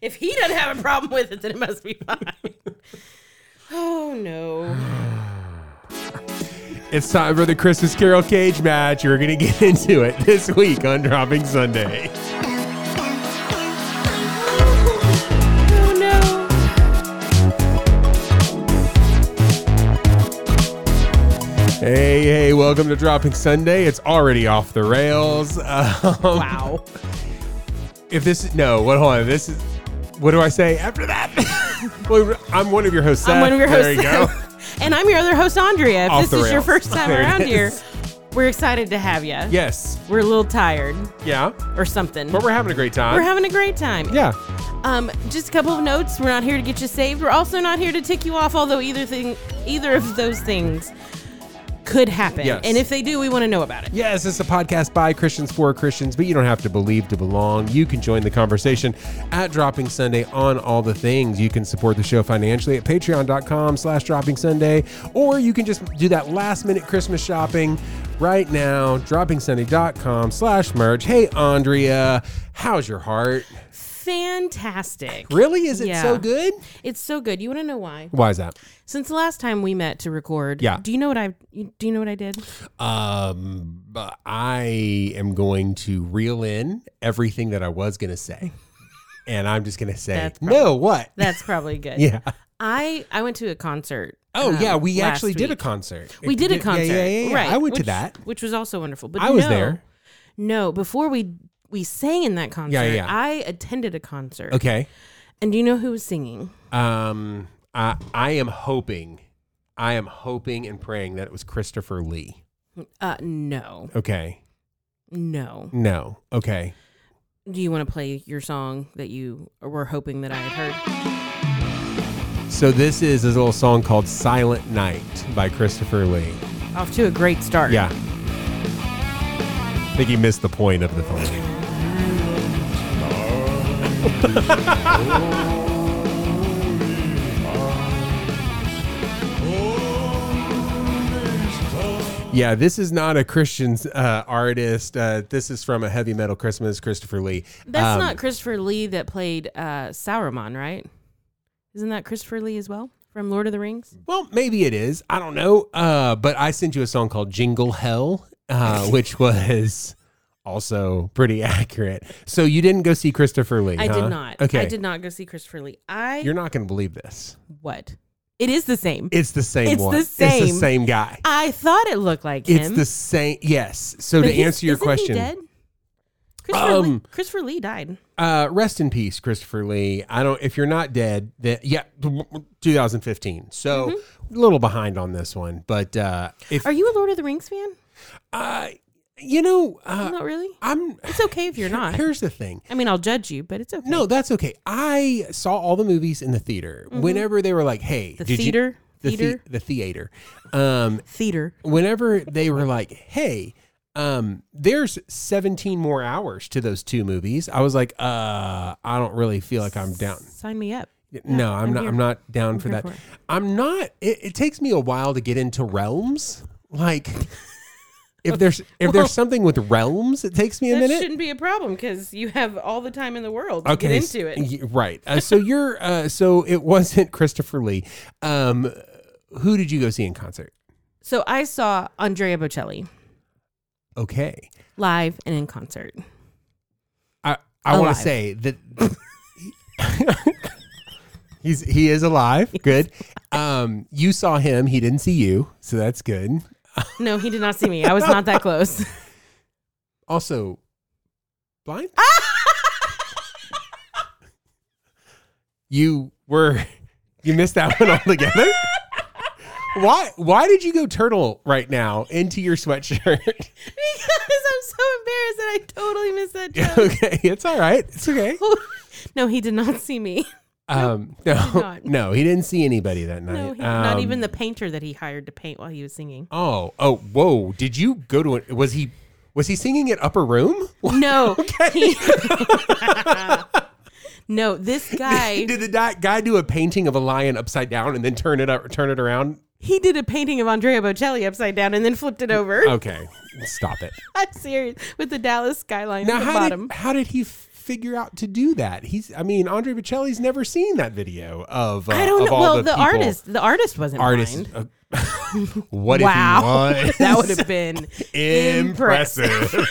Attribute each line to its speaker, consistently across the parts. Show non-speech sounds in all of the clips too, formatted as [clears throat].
Speaker 1: If he doesn't have a problem with it, then it must be fine. oh no.
Speaker 2: It's time for the Christmas Carol cage match. We're going to get [laughs] into it this week on Dropping Sunday.
Speaker 1: Oh no.
Speaker 2: Hey, hey, welcome to Dropping Sunday. It's already off the rails. [laughs] Um,
Speaker 1: Wow.
Speaker 2: If this is, no, what, hold on. This is, what do I say after that? [laughs] Well, I'm one of your hosts.
Speaker 1: I'm
Speaker 2: Seth.
Speaker 1: one of your
Speaker 2: There
Speaker 1: hosts.
Speaker 2: you
Speaker 1: [laughs]
Speaker 2: go.
Speaker 1: and I'm your other host, Andrea. If
Speaker 2: Off
Speaker 1: this
Speaker 2: the
Speaker 1: is your
Speaker 2: rails.
Speaker 1: first time
Speaker 2: There it
Speaker 1: around here,
Speaker 2: is.
Speaker 1: we're excited to have you.
Speaker 2: yes.
Speaker 1: We're a little tired
Speaker 2: Yeah.
Speaker 1: or something.
Speaker 2: But we're having a great time.
Speaker 1: We're having a great time.
Speaker 2: yeah.
Speaker 1: Um, just a couple of notes. We're not here to get you saved. We're also not here to tick you off, although either thing either of those things could happen.
Speaker 2: Yes.
Speaker 1: And if they do, we want to know about it.
Speaker 2: Yes, it's a podcast by Christians for Christians, but you don't have to believe to belong. You can join the conversation at Dropping Sunday on all the things. You can support the show financially at patreon.com slash dropping Sunday, or you can just do that last minute Christmas shopping right now, droppingsunday.com slash merch. Hey, Andrea, how's your heart?
Speaker 1: Fantastic.
Speaker 2: Really? Is it so
Speaker 1: Yeah.
Speaker 2: good?
Speaker 1: It's so good. You want to know why?
Speaker 2: Why is that?
Speaker 1: Since the last time we met to record,
Speaker 2: Yeah.
Speaker 1: Do you know what I? you- Do you know what I did?
Speaker 2: Um, but I am going to reel in everything that I was going
Speaker 1: [laughs]
Speaker 2: to say. And I'm just going to say,
Speaker 1: That's
Speaker 2: no, what?
Speaker 1: That's probably good.
Speaker 2: [laughs] Yeah.
Speaker 1: I I went to a concert.
Speaker 2: Oh,
Speaker 1: um,
Speaker 2: yeah. We
Speaker 1: last
Speaker 2: actually did a
Speaker 1: week.
Speaker 2: concert.
Speaker 1: We did a concert.
Speaker 2: Yeah, yeah, yeah. yeah.
Speaker 1: Right.
Speaker 2: I went to
Speaker 1: which-
Speaker 2: that.
Speaker 1: which was also wonderful. But
Speaker 2: I was
Speaker 1: no,
Speaker 2: there.
Speaker 1: No, before we we sang in that concert,
Speaker 2: Yeah, yeah.
Speaker 1: I attended a concert.
Speaker 2: Okay.
Speaker 1: And do you know who was singing?
Speaker 2: Um, I, I am hoping, I am hoping and praying that it was Christopher Lee.
Speaker 1: Uh, no,
Speaker 2: Okay.
Speaker 1: no.
Speaker 2: No. Okay.
Speaker 1: Do you want to play your song that you were hoping that I had heard?
Speaker 2: So this is a little song called Silent Night by Christopher Lee.
Speaker 1: Off to a great start.
Speaker 2: Yeah. I think he missed the point of the phone. [laughs] Yeah, this is not a Christian uh, artist. Uh, this is from a heavy metal Christmas, Christopher Lee.
Speaker 1: That's
Speaker 2: Um,
Speaker 1: not Christopher Lee that played uh, Sauron, right? Isn't that Christopher Lee as well from Lord of the Rings?
Speaker 2: Well, maybe it is. I don't know. Uh, but I sent you a song called Jingle Hell,
Speaker 1: [laughs]
Speaker 2: uh, which was also pretty accurate. So you didn't go see Christopher Lee.
Speaker 1: I
Speaker 2: huh?
Speaker 1: did not.
Speaker 2: Okay.
Speaker 1: I did not go see Christopher Lee. I
Speaker 2: You're not going to believe this.
Speaker 1: what? It is the same.
Speaker 2: It's the same
Speaker 1: It's
Speaker 2: one.
Speaker 1: the
Speaker 2: It's
Speaker 1: same.
Speaker 2: the same guy.
Speaker 1: I thought it looked like him.
Speaker 2: It's the same. Yes. So
Speaker 1: But
Speaker 2: to
Speaker 1: he's-
Speaker 2: answer your
Speaker 1: isn't he
Speaker 2: question,
Speaker 1: dead? Christopher, Lee,
Speaker 2: Um,
Speaker 1: Christopher Lee died.
Speaker 2: Uh, rest in peace, Christopher Lee. I don't. If you're not dead, that yeah, 2015. So a little behind on this one, but uh, if
Speaker 1: Mm-hmm. Are you a Lord of the Rings fan?
Speaker 2: uh, you know, uh,
Speaker 1: Not really.
Speaker 2: I'm.
Speaker 1: It's okay if you're not.
Speaker 2: Here's the thing.
Speaker 1: I mean, I'll judge you, but it's okay.
Speaker 2: No, that's okay. I saw all the movies in the theater. Whenever they were like, "Hey,
Speaker 1: Mm-hmm. The
Speaker 2: did you-
Speaker 1: theater?
Speaker 2: the
Speaker 1: Theater?
Speaker 2: the, the theater." Um,
Speaker 1: theater.
Speaker 2: whenever they were like, "Hey, um, there's 17 more hours to those two movies," I was like, "Uh, I don't really feel like I'm down."
Speaker 1: Sign me up.
Speaker 2: no, I'm,
Speaker 1: I'm
Speaker 2: not.
Speaker 1: here.
Speaker 2: I'm not down for
Speaker 1: here
Speaker 2: that.
Speaker 1: for it.
Speaker 2: I'm not. It, it takes me a while to get into realms. Like,
Speaker 1: [laughs]
Speaker 2: if there's if there's something with realms, it takes me a
Speaker 1: That
Speaker 2: minute.
Speaker 1: shouldn't be a problem because you have all the time in the world to
Speaker 2: okay
Speaker 1: get
Speaker 2: s-
Speaker 1: into it.
Speaker 2: y- right uh, so you're uh, so it wasn't [laughs] christopher lee um who did you go see in concert
Speaker 1: So I saw Andrea Bocelli
Speaker 2: okay
Speaker 1: live and in concert.
Speaker 2: i i want
Speaker 1: Alive.
Speaker 2: to say that [laughs] he's he is alive good um you saw him he didn't see you so that's good
Speaker 1: No, he did not see me. I was not that close. [laughs]
Speaker 2: also
Speaker 1: [laughs]
Speaker 2: blind you were you missed that one altogether why why did you go turtle right now into
Speaker 1: [laughs]
Speaker 2: your sweatshirt [laughs]
Speaker 1: because I'm so embarrassed that I totally missed that joke.
Speaker 2: okay it's all right it's okay
Speaker 1: no, he did not see
Speaker 2: [laughs]
Speaker 1: me.
Speaker 2: um no
Speaker 1: not.
Speaker 2: no he didn't see anybody that night
Speaker 1: No, he, not
Speaker 2: Um,
Speaker 1: even the painter that he hired to paint while he was singing.
Speaker 2: oh oh whoa did you go to it was he was he singing at upper room [laughs]
Speaker 1: No. he- [laughs] no,
Speaker 2: [laughs]
Speaker 1: this guy
Speaker 2: did the di- guy do a painting of a lion upside down and then turn it up turn it around
Speaker 1: he did a painting of Andrea Bocelli upside down and then flipped it over.
Speaker 2: Oh.
Speaker 1: [laughs]
Speaker 2: okay stop it
Speaker 1: I'm serious. With the Dallas skyline
Speaker 2: Now,
Speaker 1: at the
Speaker 2: how
Speaker 1: bottom.
Speaker 2: did how did he f- figure out to do that. He's, I mean, Andre Bocelli's never seen that video of. Uh,
Speaker 1: I don't
Speaker 2: of
Speaker 1: know.
Speaker 2: all
Speaker 1: Well, the,
Speaker 2: the, people-
Speaker 1: artist, the artist wasn't
Speaker 2: Artist.
Speaker 1: blind.
Speaker 2: uh, [laughs] what
Speaker 1: wow, [laughs]
Speaker 2: if he was?
Speaker 1: that would have been
Speaker 2: [laughs] impressive.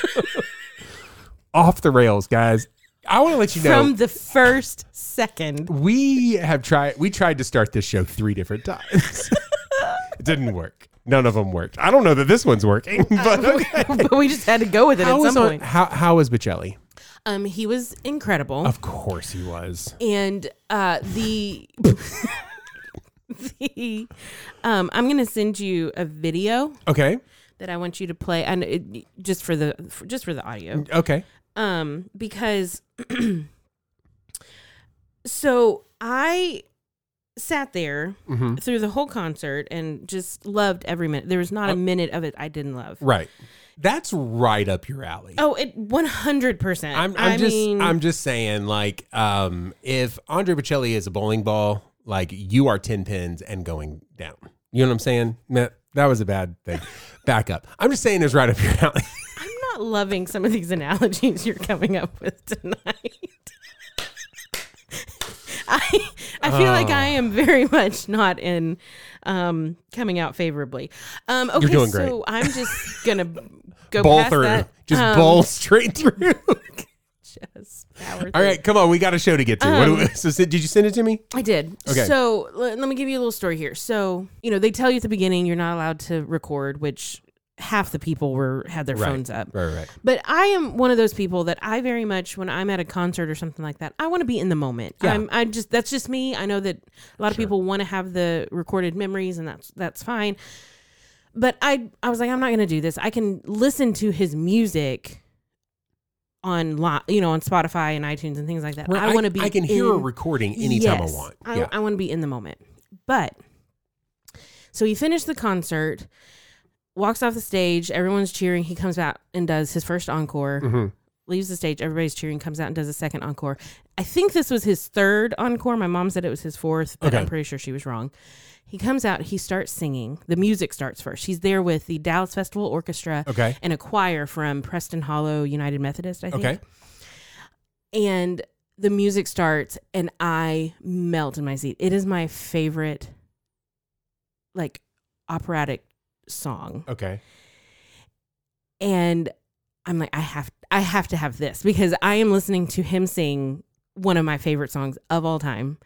Speaker 2: [laughs] Off the rails, guys. I want to let you know
Speaker 1: from the first second. [laughs]
Speaker 2: we have tried we tried to start this show three different times [laughs] it didn't work none of them worked i don't know that this one's working but okay.
Speaker 1: but we just had to go with it
Speaker 2: how,
Speaker 1: at
Speaker 2: was
Speaker 1: some
Speaker 2: on-
Speaker 1: point.
Speaker 2: how, how was Bocelli?
Speaker 1: Um, he was incredible.
Speaker 2: of course he was
Speaker 1: and uh, the [laughs] the um, I'm gonna send you a video
Speaker 2: okay
Speaker 1: that I want you to play, and it, just for the for, just for the audio,
Speaker 2: okay
Speaker 1: um, because [clears throat] so I sat there
Speaker 2: Mm-hmm.
Speaker 1: through the whole concert and just loved every minute. There was not
Speaker 2: Uh,
Speaker 1: a minute of it I didn't love.
Speaker 2: right that's right up your alley
Speaker 1: Oh, it 100. percent
Speaker 2: I'm, I'm
Speaker 1: I
Speaker 2: just
Speaker 1: mean,
Speaker 2: i'm just saying like um if andre Bocelli is a bowling ball like you are 10 pins and going down you know what i'm saying Nah, that was a bad
Speaker 1: [laughs]
Speaker 2: thing back up i'm just saying it's right up your alley
Speaker 1: I'm not loving some of these [laughs] analogies you're coming up with tonight. [laughs] I I feel like I am
Speaker 2: Oh.
Speaker 1: very much not in um, coming out favorably. Um, okay,
Speaker 2: doing
Speaker 1: so
Speaker 2: great.
Speaker 1: I'm
Speaker 2: [laughs]
Speaker 1: just gonna go
Speaker 2: bowl
Speaker 1: past
Speaker 2: through.
Speaker 1: that.
Speaker 2: Just
Speaker 1: Um,
Speaker 2: bowl straight
Speaker 1: [laughs]
Speaker 2: through.
Speaker 1: just power through.
Speaker 2: All right, come on. We got a show to get to. What
Speaker 1: Um,
Speaker 2: do we- so, Sid, did you send it to me?
Speaker 1: I did.
Speaker 2: Okay.
Speaker 1: So l- let me give you a little story here. So you know they tell you at the beginning you're not allowed to record, which half the people were had their phones up.
Speaker 2: Right, right.
Speaker 1: But I am one of those people that I very much when I'm at a concert or something like that, I want to be in the moment.
Speaker 2: Yeah.
Speaker 1: I'm I just that's just me. I know that a lot of people want to have the recorded memories and that's that's fine. But I I was like I'm not going to do this. I can listen to his music on li- you know on Spotify and iTunes and things like that. I want to be
Speaker 2: I can hear a
Speaker 1: in-
Speaker 2: recording anytime
Speaker 1: Yes.
Speaker 2: I want.
Speaker 1: I,
Speaker 2: yeah.
Speaker 1: I want to be in the moment. But so he finished the concert, walks off the stage. Everyone's cheering. He comes out and does his first encore.
Speaker 2: Mm-hmm.
Speaker 1: Leaves the stage. Everybody's cheering. Comes out and does a second encore. I think this was his third encore. My mom said it was his fourth, but I'm
Speaker 2: Okay.
Speaker 1: pretty sure she was wrong. He comes out. He starts singing. The music starts first. He's there with the Dallas Festival Orchestra
Speaker 2: Okay.
Speaker 1: and a choir from Preston Hollow United Methodist. I think
Speaker 2: okay.
Speaker 1: and the music starts and i melt in my seat it is my favorite like operatic song
Speaker 2: Okay.
Speaker 1: and i'm like i have i have to have this because i am listening to him sing one of my favorite songs of all time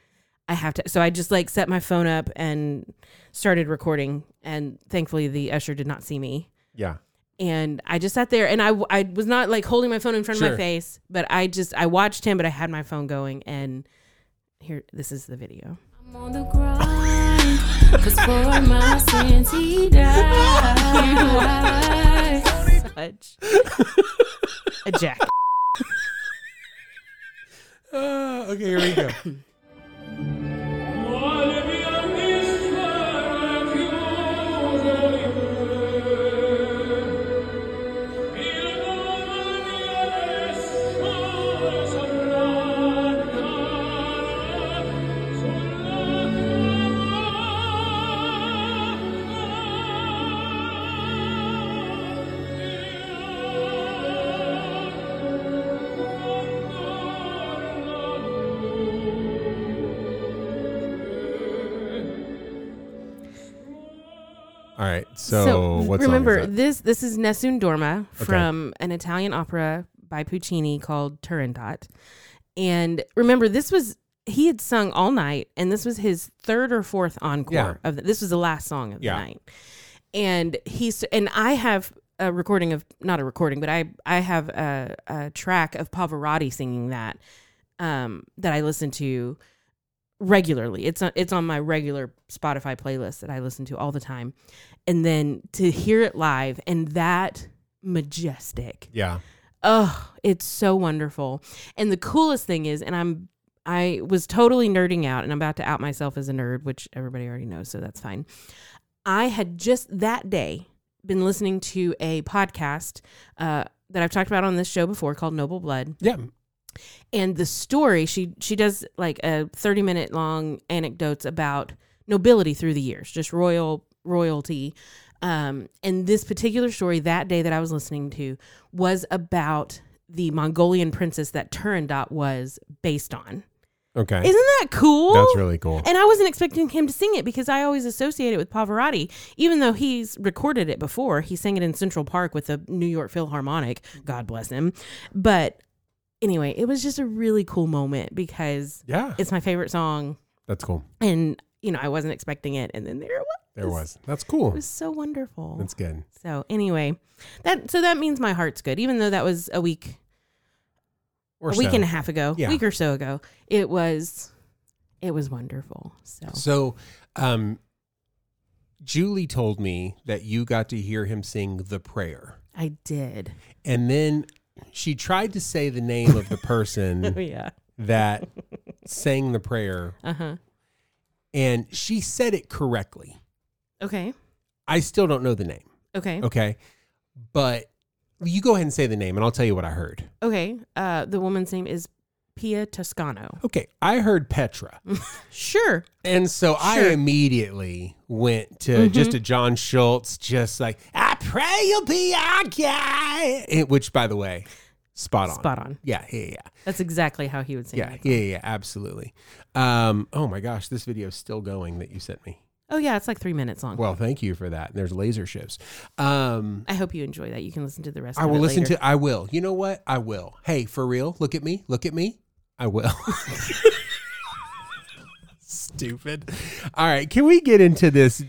Speaker 1: i have to so i just like set my phone up and started recording and thankfully the usher did not see me
Speaker 2: Yeah.
Speaker 1: and I just sat there and I, I was not like holding my phone in front of
Speaker 2: Sure.
Speaker 1: my face, but I just I watched him, but I had my phone going and here this is the video.
Speaker 3: I'm on the grind, 'cause [laughs] for my sins he died.
Speaker 1: [laughs] Such a jack.
Speaker 2: Uh, okay, here we go. [coughs] All right. So, what's
Speaker 1: remember
Speaker 2: song is
Speaker 1: this this is Nessun Dorma from an Italian opera by Puccini called Turandot. And remember this was he had sung all night and this was his third or fourth encore
Speaker 2: Yeah.
Speaker 1: of the, this was the last song of the
Speaker 2: Yeah.
Speaker 1: night. And he's and I have a recording of not a recording but I I have a, a track of Pavarotti singing that um that I listen to regularly. It's on, it's on my regular Spotify playlist that I listen to all the time. And then to hear it live and that majestic.
Speaker 2: that? Yeah.
Speaker 1: Oh, it's so wonderful. And the coolest thing is and I'm I was totally nerding out and I'm about to out myself as a nerd, which everybody already knows, so that's fine. I had just that day been listening to a podcast uh, that I've talked about on this show before called Noble Blood
Speaker 2: Yeah.
Speaker 1: and the story she she does like a 30 minute long anecdotes about nobility through the years just royal royalty um and this particular story that day that i was listening to was about the Mongolian princess that Turandot was based on.
Speaker 2: Okay.
Speaker 1: Isn't that cool?
Speaker 2: That's really cool.
Speaker 1: And I wasn't expecting him to sing it because I always associate it with Pavarotti, even though he's recorded it before. He sang it in Central Park with the New York Philharmonic. God bless him. But anyway, it was just a really cool moment because
Speaker 2: yeah.
Speaker 1: it's my favorite song,
Speaker 2: That's cool.
Speaker 1: and you know I wasn't expecting it, and then there it was.
Speaker 2: There was. That's
Speaker 1: It
Speaker 2: cool.
Speaker 1: was so wonderful.
Speaker 2: That's good.
Speaker 1: so anyway, that so that means my heart's good, even though that was a week
Speaker 2: Or
Speaker 1: a week
Speaker 2: so.
Speaker 1: and a half ago,
Speaker 2: Yeah.
Speaker 1: week or so ago. It was, it was wonderful. So,
Speaker 2: So, um, Julie told me that you got to hear him sing the prayer,
Speaker 1: I
Speaker 2: [laughs]
Speaker 1: did. [laughs]
Speaker 2: and then she tried to say the name
Speaker 1: [laughs]
Speaker 2: of the
Speaker 1: Oh
Speaker 2: person
Speaker 1: yeah.
Speaker 2: that sang the prayer,
Speaker 1: Uh huh.
Speaker 2: and she said it correctly.
Speaker 1: Okay.
Speaker 2: I still don't know the name.
Speaker 1: Okay.
Speaker 2: Okay, but you go ahead and say the name, and I'll tell you what I heard.
Speaker 1: Okay. Uh, the woman's name is Pia Toscano.
Speaker 2: Okay, I heard Petra.
Speaker 1: Sure.
Speaker 2: And so I
Speaker 1: Sure. Mm-hmm.
Speaker 2: immediately went to just to John Schultz, just like, I pray you'll be our guy. It- which, by the way, spot on.
Speaker 1: Spot on.
Speaker 2: Yeah, yeah, yeah.
Speaker 1: That's exactly how he would sing.
Speaker 2: Yeah,
Speaker 1: it.
Speaker 2: yeah, yeah, absolutely. Um, oh my gosh, this video is still going that you sent me.
Speaker 1: Oh yeah, it's like three minutes long.
Speaker 2: Well, thank you for that. And there's laser shows. Um,
Speaker 1: I hope you enjoy that. You can listen to the rest.
Speaker 2: I
Speaker 1: of
Speaker 2: will
Speaker 1: it
Speaker 2: listen
Speaker 1: later.
Speaker 2: to, I will. You know what? I will. Hey, for real, look at me. Look at me. I will. [laughs] Stupid. All right, can we get into this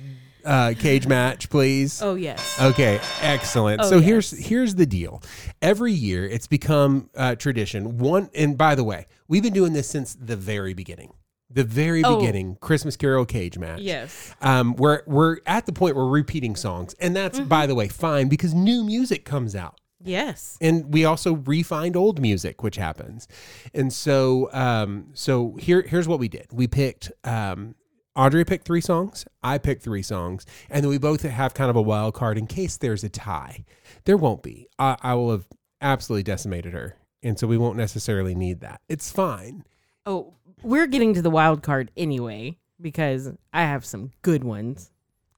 Speaker 2: uh, cage match, please?
Speaker 1: Oh yes.
Speaker 2: Okay, excellent.
Speaker 1: Oh,
Speaker 2: so here's
Speaker 1: yes.
Speaker 2: here's the deal. Every year, it's become uh, tradition. One, and by the way, we've been doing this since the very beginning. The very
Speaker 1: Oh.
Speaker 2: beginning, Christmas Carol cage match.
Speaker 1: Yes.
Speaker 2: Um, we're we're at the point we're repeating songs, and that's
Speaker 1: Mm-hmm.
Speaker 2: by the way fine because new music comes out,
Speaker 1: Yes.
Speaker 2: and we also refined old music, which happens. And so, um, so here here's what we did. We picked. Um, Audrey picked three songs. I picked three songs, and then we both have kind of a wild card in case there's a tie. There won't be. I, I will have absolutely decimated her, and so we won't necessarily need that. It's fine.
Speaker 1: Oh, we're getting to the wild card anyway because I have some good ones.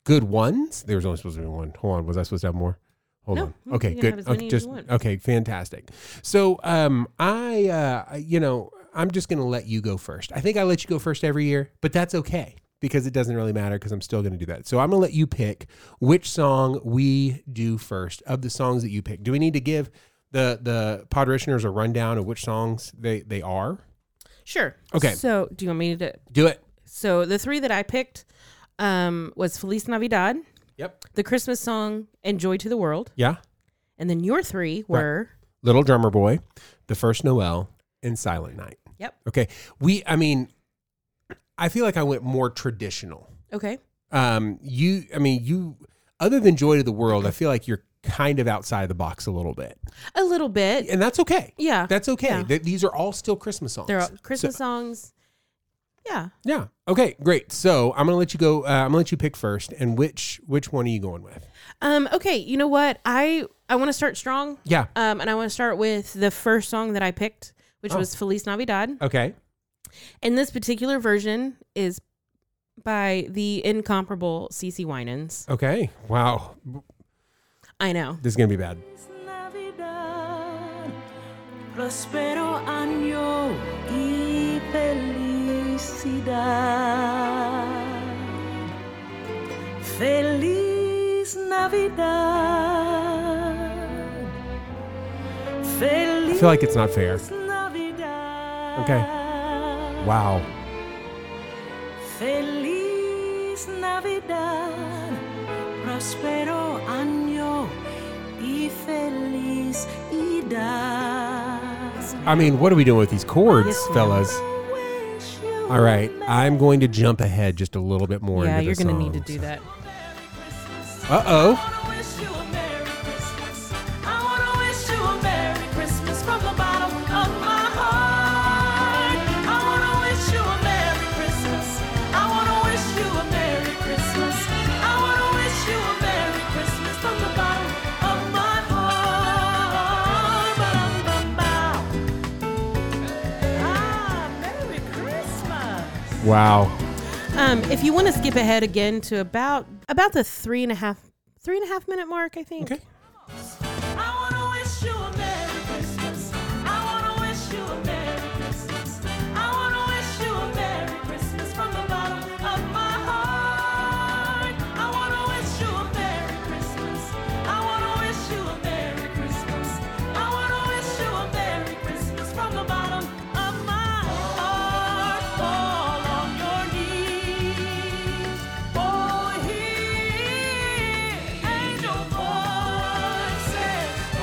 Speaker 2: good ones. There was only supposed to be one. Hold on, was I supposed to have more? Hold
Speaker 1: No,
Speaker 2: on.
Speaker 1: you
Speaker 2: Okay,
Speaker 1: can
Speaker 2: good.
Speaker 1: have as many as
Speaker 2: Okay,
Speaker 1: you
Speaker 2: just
Speaker 1: want.
Speaker 2: okay, fantastic. So, um, I, uh, I- you know, I'm just gonna let you go first. I think I let you go first every year, but that's okay because it doesn't really matter because I'm still gonna do that. So I'm gonna let you pick which song we do first of the songs that you pick. Do we need to give the the Podritioners a rundown of which songs they they are?
Speaker 1: Sure.
Speaker 2: Okay.
Speaker 1: So, do you want me to?
Speaker 2: Do it.
Speaker 1: So, the three that I picked um, was Feliz Navidad,
Speaker 2: Yep.
Speaker 1: the Christmas song, and Joy to the World,
Speaker 2: Yeah.
Speaker 1: and then your three were.
Speaker 2: Little Drummer Boy, The First Noel, and Silent Night.
Speaker 1: Yep.
Speaker 2: Okay. We, I mean, I feel like I went more traditional.
Speaker 1: Okay.
Speaker 2: Um, you, I mean, you, other than Joy to the World, I feel like you're kind of outside the box a little bit.
Speaker 1: A little bit.
Speaker 2: And that's okay.
Speaker 1: Yeah.
Speaker 2: That's okay.
Speaker 1: Yeah.
Speaker 2: Th- these are all still Christmas songs.
Speaker 1: They're all Christmas songs. Yeah.
Speaker 2: Yeah. Okay. Great. So I'm gonna let you go. Uh, I'm gonna let you pick first. And which which one are you going with?
Speaker 1: Um, okay, you know what? I I want to start strong.
Speaker 2: Yeah.
Speaker 1: Um, and I want to start with the first song that I picked, which
Speaker 2: Oh.
Speaker 1: was Feliz Navidad.
Speaker 2: Okay.
Speaker 1: And this particular version is by the incomparable CC Winans.
Speaker 2: Okay. Wow.
Speaker 1: I know.
Speaker 2: This is gonna be bad.
Speaker 4: Navidad, próspero año y felicidad. Feliz Navidad. Feliz
Speaker 2: I feel like it's not fair.
Speaker 4: Navidad.
Speaker 2: Okay. Wow.
Speaker 4: Feliz Navidad, próspero año y feliz
Speaker 2: I mean, what are we doing with these chords, fellas? All right, I'm going to jump ahead just a little bit more.
Speaker 1: Yeah,
Speaker 2: into
Speaker 1: you're
Speaker 2: the
Speaker 1: going to need to
Speaker 2: songs.
Speaker 1: do that.
Speaker 2: Uh oh.
Speaker 4: I wanna wish you a Merry Christmas. I wanna wish you a Merry Christmas from the bottom of my heart. I wanna wish you a Merry Christmas. I wanna wish you a Merry Christmas. I wanna wish you a Merry Christmas from the bottom of my heart. Ba-dum-bum-bow. Ah, Merry Christmas.
Speaker 2: Wow.
Speaker 1: Um, if you want to skip ahead again to about about the three and a half three and a half minute mark, I think.
Speaker 2: Okay.
Speaker 4: I wanna wish you a Merry Christmas. Oh,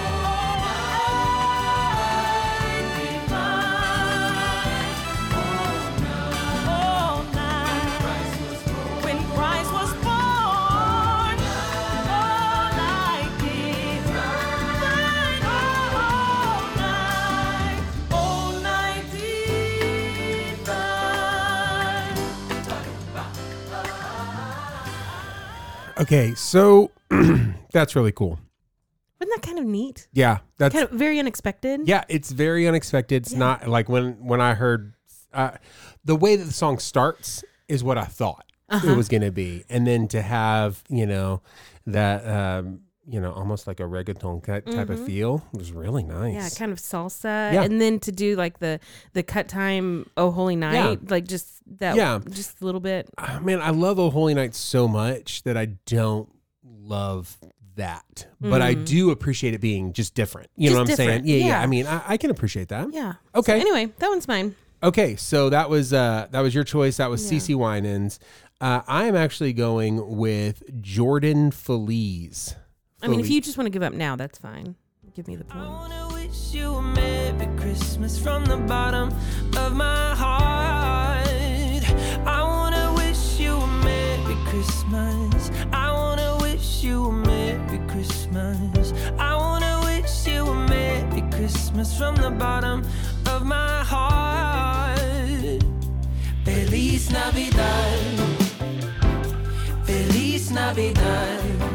Speaker 4: Oh,
Speaker 2: Okay, so [clears throat] that's really cool.
Speaker 1: Wasn't that kind of neat?
Speaker 2: Yeah, that's
Speaker 1: Kind of very unexpected.
Speaker 2: yeah. It's very unexpected. It's not like when when I heard uh, the way that the song starts is what I thought
Speaker 1: Uh-huh.
Speaker 2: it was going to be, and then to have you know that um, you know almost like a reggaeton type type of feel was really nice.
Speaker 1: Mm-hmm. Yeah, kind of salsa,
Speaker 2: Yeah.
Speaker 1: and then to do like the the cut time, oh holy night, like just that,
Speaker 2: Yeah.
Speaker 1: just a little bit.
Speaker 2: Ah, man, I love Oh Holy Night so much that I don't love that, but I do appreciate it being just different. You know
Speaker 1: Mm-hmm. Just
Speaker 2: what I'm
Speaker 1: different,
Speaker 2: saying? Yeah, yeah.
Speaker 1: yeah.
Speaker 2: I mean, I, I can appreciate that.
Speaker 1: Yeah. So
Speaker 2: Okay.
Speaker 1: anyway, that one's mine.
Speaker 2: Okay, so that was uh that was your choice. That was CC Winans. Uh, I am actually going with Jordan Feliz.
Speaker 1: I mean, if you just want to give up now, that's fine. Give me the
Speaker 4: I
Speaker 1: point.
Speaker 4: wanna wish you a Merry Christmas from the bottom of my heart. I wanna wish you a Merry Christmas. I wanna wish you a Merry Christmas. I wanna wish you a Merry Christmas from the bottom of my heart. Feliz Navidad. Feliz Navidad.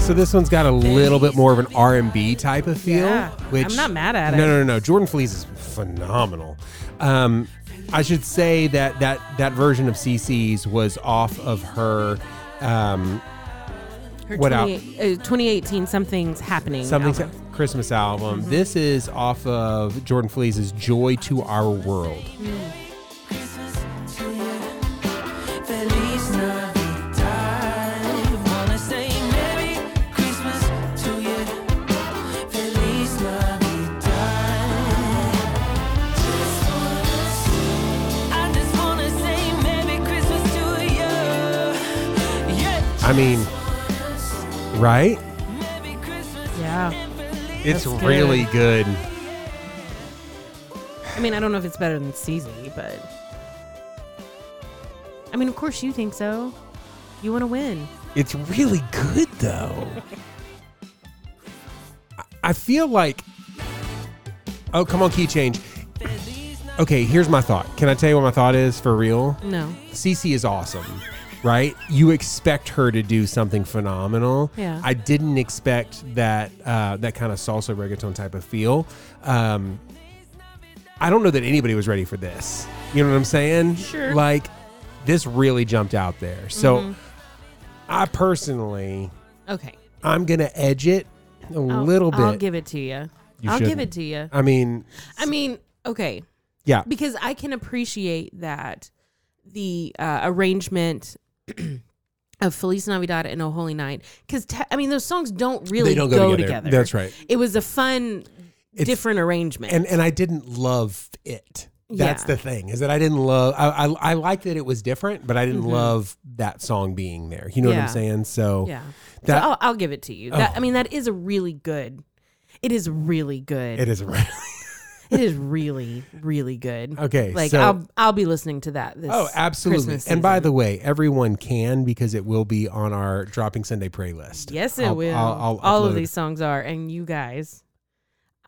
Speaker 2: So this one's got a little bit more of an R and B type of feel.
Speaker 1: Yeah,
Speaker 2: which
Speaker 1: I'm not mad at
Speaker 2: no,
Speaker 1: it.
Speaker 2: No, no, no. Jordan Feliz is phenomenal. Um, I should say that that that version of CC's was off of her. Um,
Speaker 1: Her
Speaker 2: What
Speaker 1: 20, uh, 2018 something's happening.
Speaker 2: something's
Speaker 1: album. Mm-hmm.
Speaker 2: Christmas album. This is off of Jordan Felice's "Joy to Our World."
Speaker 4: Christmas to you. Feliz Navidad. Wanna say Merry Christmas to you. Feliz Navidad. Just wanna say, I just wanna say Merry Christmas to you. Yeah.
Speaker 2: I mean, right?
Speaker 4: Merry Christmas.
Speaker 1: yeah.
Speaker 2: It's
Speaker 1: That's good.
Speaker 2: really good.
Speaker 1: I mean, I don't know if it's better than CZ, but I mean, of course you think so. You want to win.
Speaker 2: It's really good though. I- I feel like Oh, come on, key change. Okay, here's my thought. Can I tell you what my thought is for real?
Speaker 1: No.
Speaker 2: Cece is awesome, right? You expect her to do something phenomenal.
Speaker 1: Yeah.
Speaker 2: I didn't expect that uh, that kind of salsa reggaeton type of feel. Um, I don't know that anybody was ready for this. You know what I'm saying?
Speaker 1: Sure. Mm-hmm.
Speaker 2: Like this really jumped out there. So I personally,
Speaker 1: Okay.
Speaker 2: I'm gonna edge it a
Speaker 1: I'll-
Speaker 2: little bit.
Speaker 1: I'll give it to you.
Speaker 2: You
Speaker 1: I'll give
Speaker 2: shouldn't.
Speaker 1: it to you.
Speaker 2: I mean,
Speaker 1: I mean, okay.
Speaker 2: yeah,
Speaker 1: because I can appreciate that the uh, arrangement [clears throat] of Feliz Navidad and O Holy Night because te- I mean those songs don't really
Speaker 2: don't go
Speaker 1: go,
Speaker 2: together.
Speaker 1: together.
Speaker 2: That's right.
Speaker 1: It was a fun,
Speaker 2: It's-
Speaker 1: different arrangement.
Speaker 2: and and I didn't love it. That's
Speaker 1: Yeah.
Speaker 2: the thing is that I didn't love. I I, I liked that it was different, but I didn't love that song being there. You know what
Speaker 1: Mm-hmm. Yeah.
Speaker 2: I'm saying? So
Speaker 1: yeah,
Speaker 2: that Oh.
Speaker 1: so oh. I'll, I'll give it to you. That, I mean that is a really good. It is really good.
Speaker 2: it is right.
Speaker 1: it is really really good.
Speaker 2: [laughs] Okay,
Speaker 1: like
Speaker 2: so-
Speaker 1: I'll I'll be listening to that. This
Speaker 2: Oh, absolutely.
Speaker 1: Christmas
Speaker 2: and by
Speaker 1: season.
Speaker 2: the way, everyone can because it will be on our dropping Sunday pray list.
Speaker 1: Yes, it
Speaker 2: I'll-
Speaker 1: will.
Speaker 2: I'll- I'll
Speaker 1: All of
Speaker 2: upload it.
Speaker 1: these songs are, and you guys.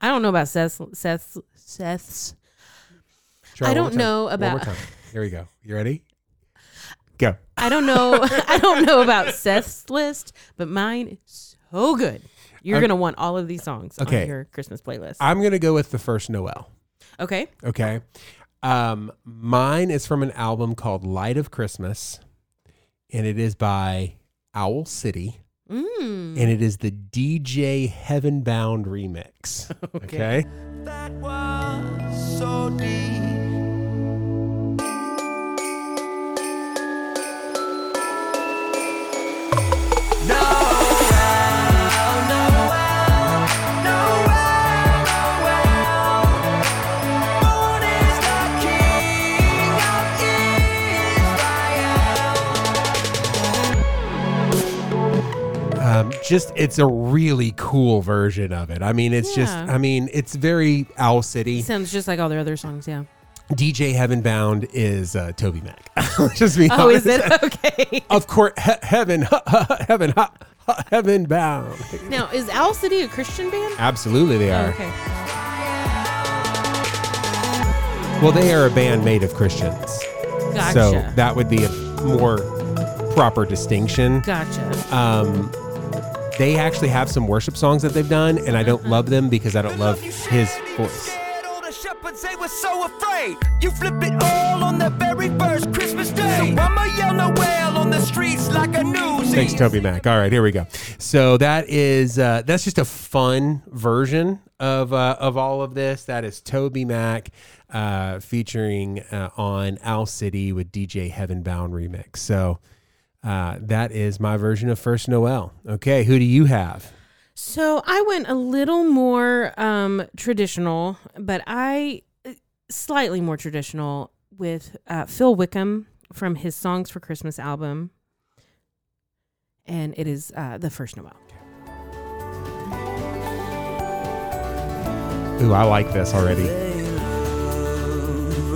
Speaker 1: I don't know about Seth's. Seth's. Seth's.
Speaker 2: Try
Speaker 1: I
Speaker 2: one
Speaker 1: don't
Speaker 2: more time.
Speaker 1: know
Speaker 2: One
Speaker 1: about-
Speaker 2: more time. Here we go. You ready? Go.
Speaker 1: I don't know. [laughs] I don't know
Speaker 2: [laughs]
Speaker 1: about Seth's list, but mine is so good. You're
Speaker 2: I'm-
Speaker 1: gonna want all of these songs
Speaker 2: Okay.
Speaker 1: on your Christmas playlist.
Speaker 2: I'm gonna go with the first Noel.
Speaker 1: okay.
Speaker 2: Okay. Um, mine is from an album called Light of Christmas, and it is by Owl City,
Speaker 1: Mm.
Speaker 2: and it is the DJ
Speaker 1: [laughs]
Speaker 2: Heavenbound remix. Okay.
Speaker 4: that was so deep. No, well, no, well, no, well, no, well. Born is the King of Israel.
Speaker 2: Um, just it's a really cool version of it. I mean, it's just
Speaker 1: Yeah.
Speaker 2: I mean, it's very Owl City.
Speaker 1: Sounds just like all their other songs.
Speaker 2: [laughs]
Speaker 1: Yeah.
Speaker 2: DJ Heavenbound is uh, Toby Mac. [laughs] just be
Speaker 1: Oh, is
Speaker 2: honest.
Speaker 1: it [laughs] okay?
Speaker 2: [laughs] Of course, he- heaven, [laughs] heaven, heaven bound.
Speaker 1: now, is Owl City a Christian band?
Speaker 2: Absolutely, they
Speaker 1: Oh,
Speaker 2: are.
Speaker 1: okay.
Speaker 2: Well, they are a band made of Christians.
Speaker 1: Gotcha.
Speaker 2: So that would be a more proper distinction.
Speaker 1: Gotcha.
Speaker 2: Um, they actually have some worship songs that they've done, and I don't love them because I don't love his voice.
Speaker 5: All the shepherds, they were so afraid. You flip it all on the very first Christmas day. So I'ma yell Noel on the streets like a newsie.
Speaker 2: Thanks, Toby Mac. All right, here we go. So that is uh, that's just a fun version of uh, of all of this. That is Toby Mac uh, featuring uh, on Owl City with DJ Heavenbound remix. So uh, that is my version of First Noel. Okay, who do you have?
Speaker 1: So I went a little more um, traditional, but I uh, slightly more traditional with uh, Phil Wickham from his Songs for Christmas album, and it is uh, the first Noel.
Speaker 2: Ooh, I like this already.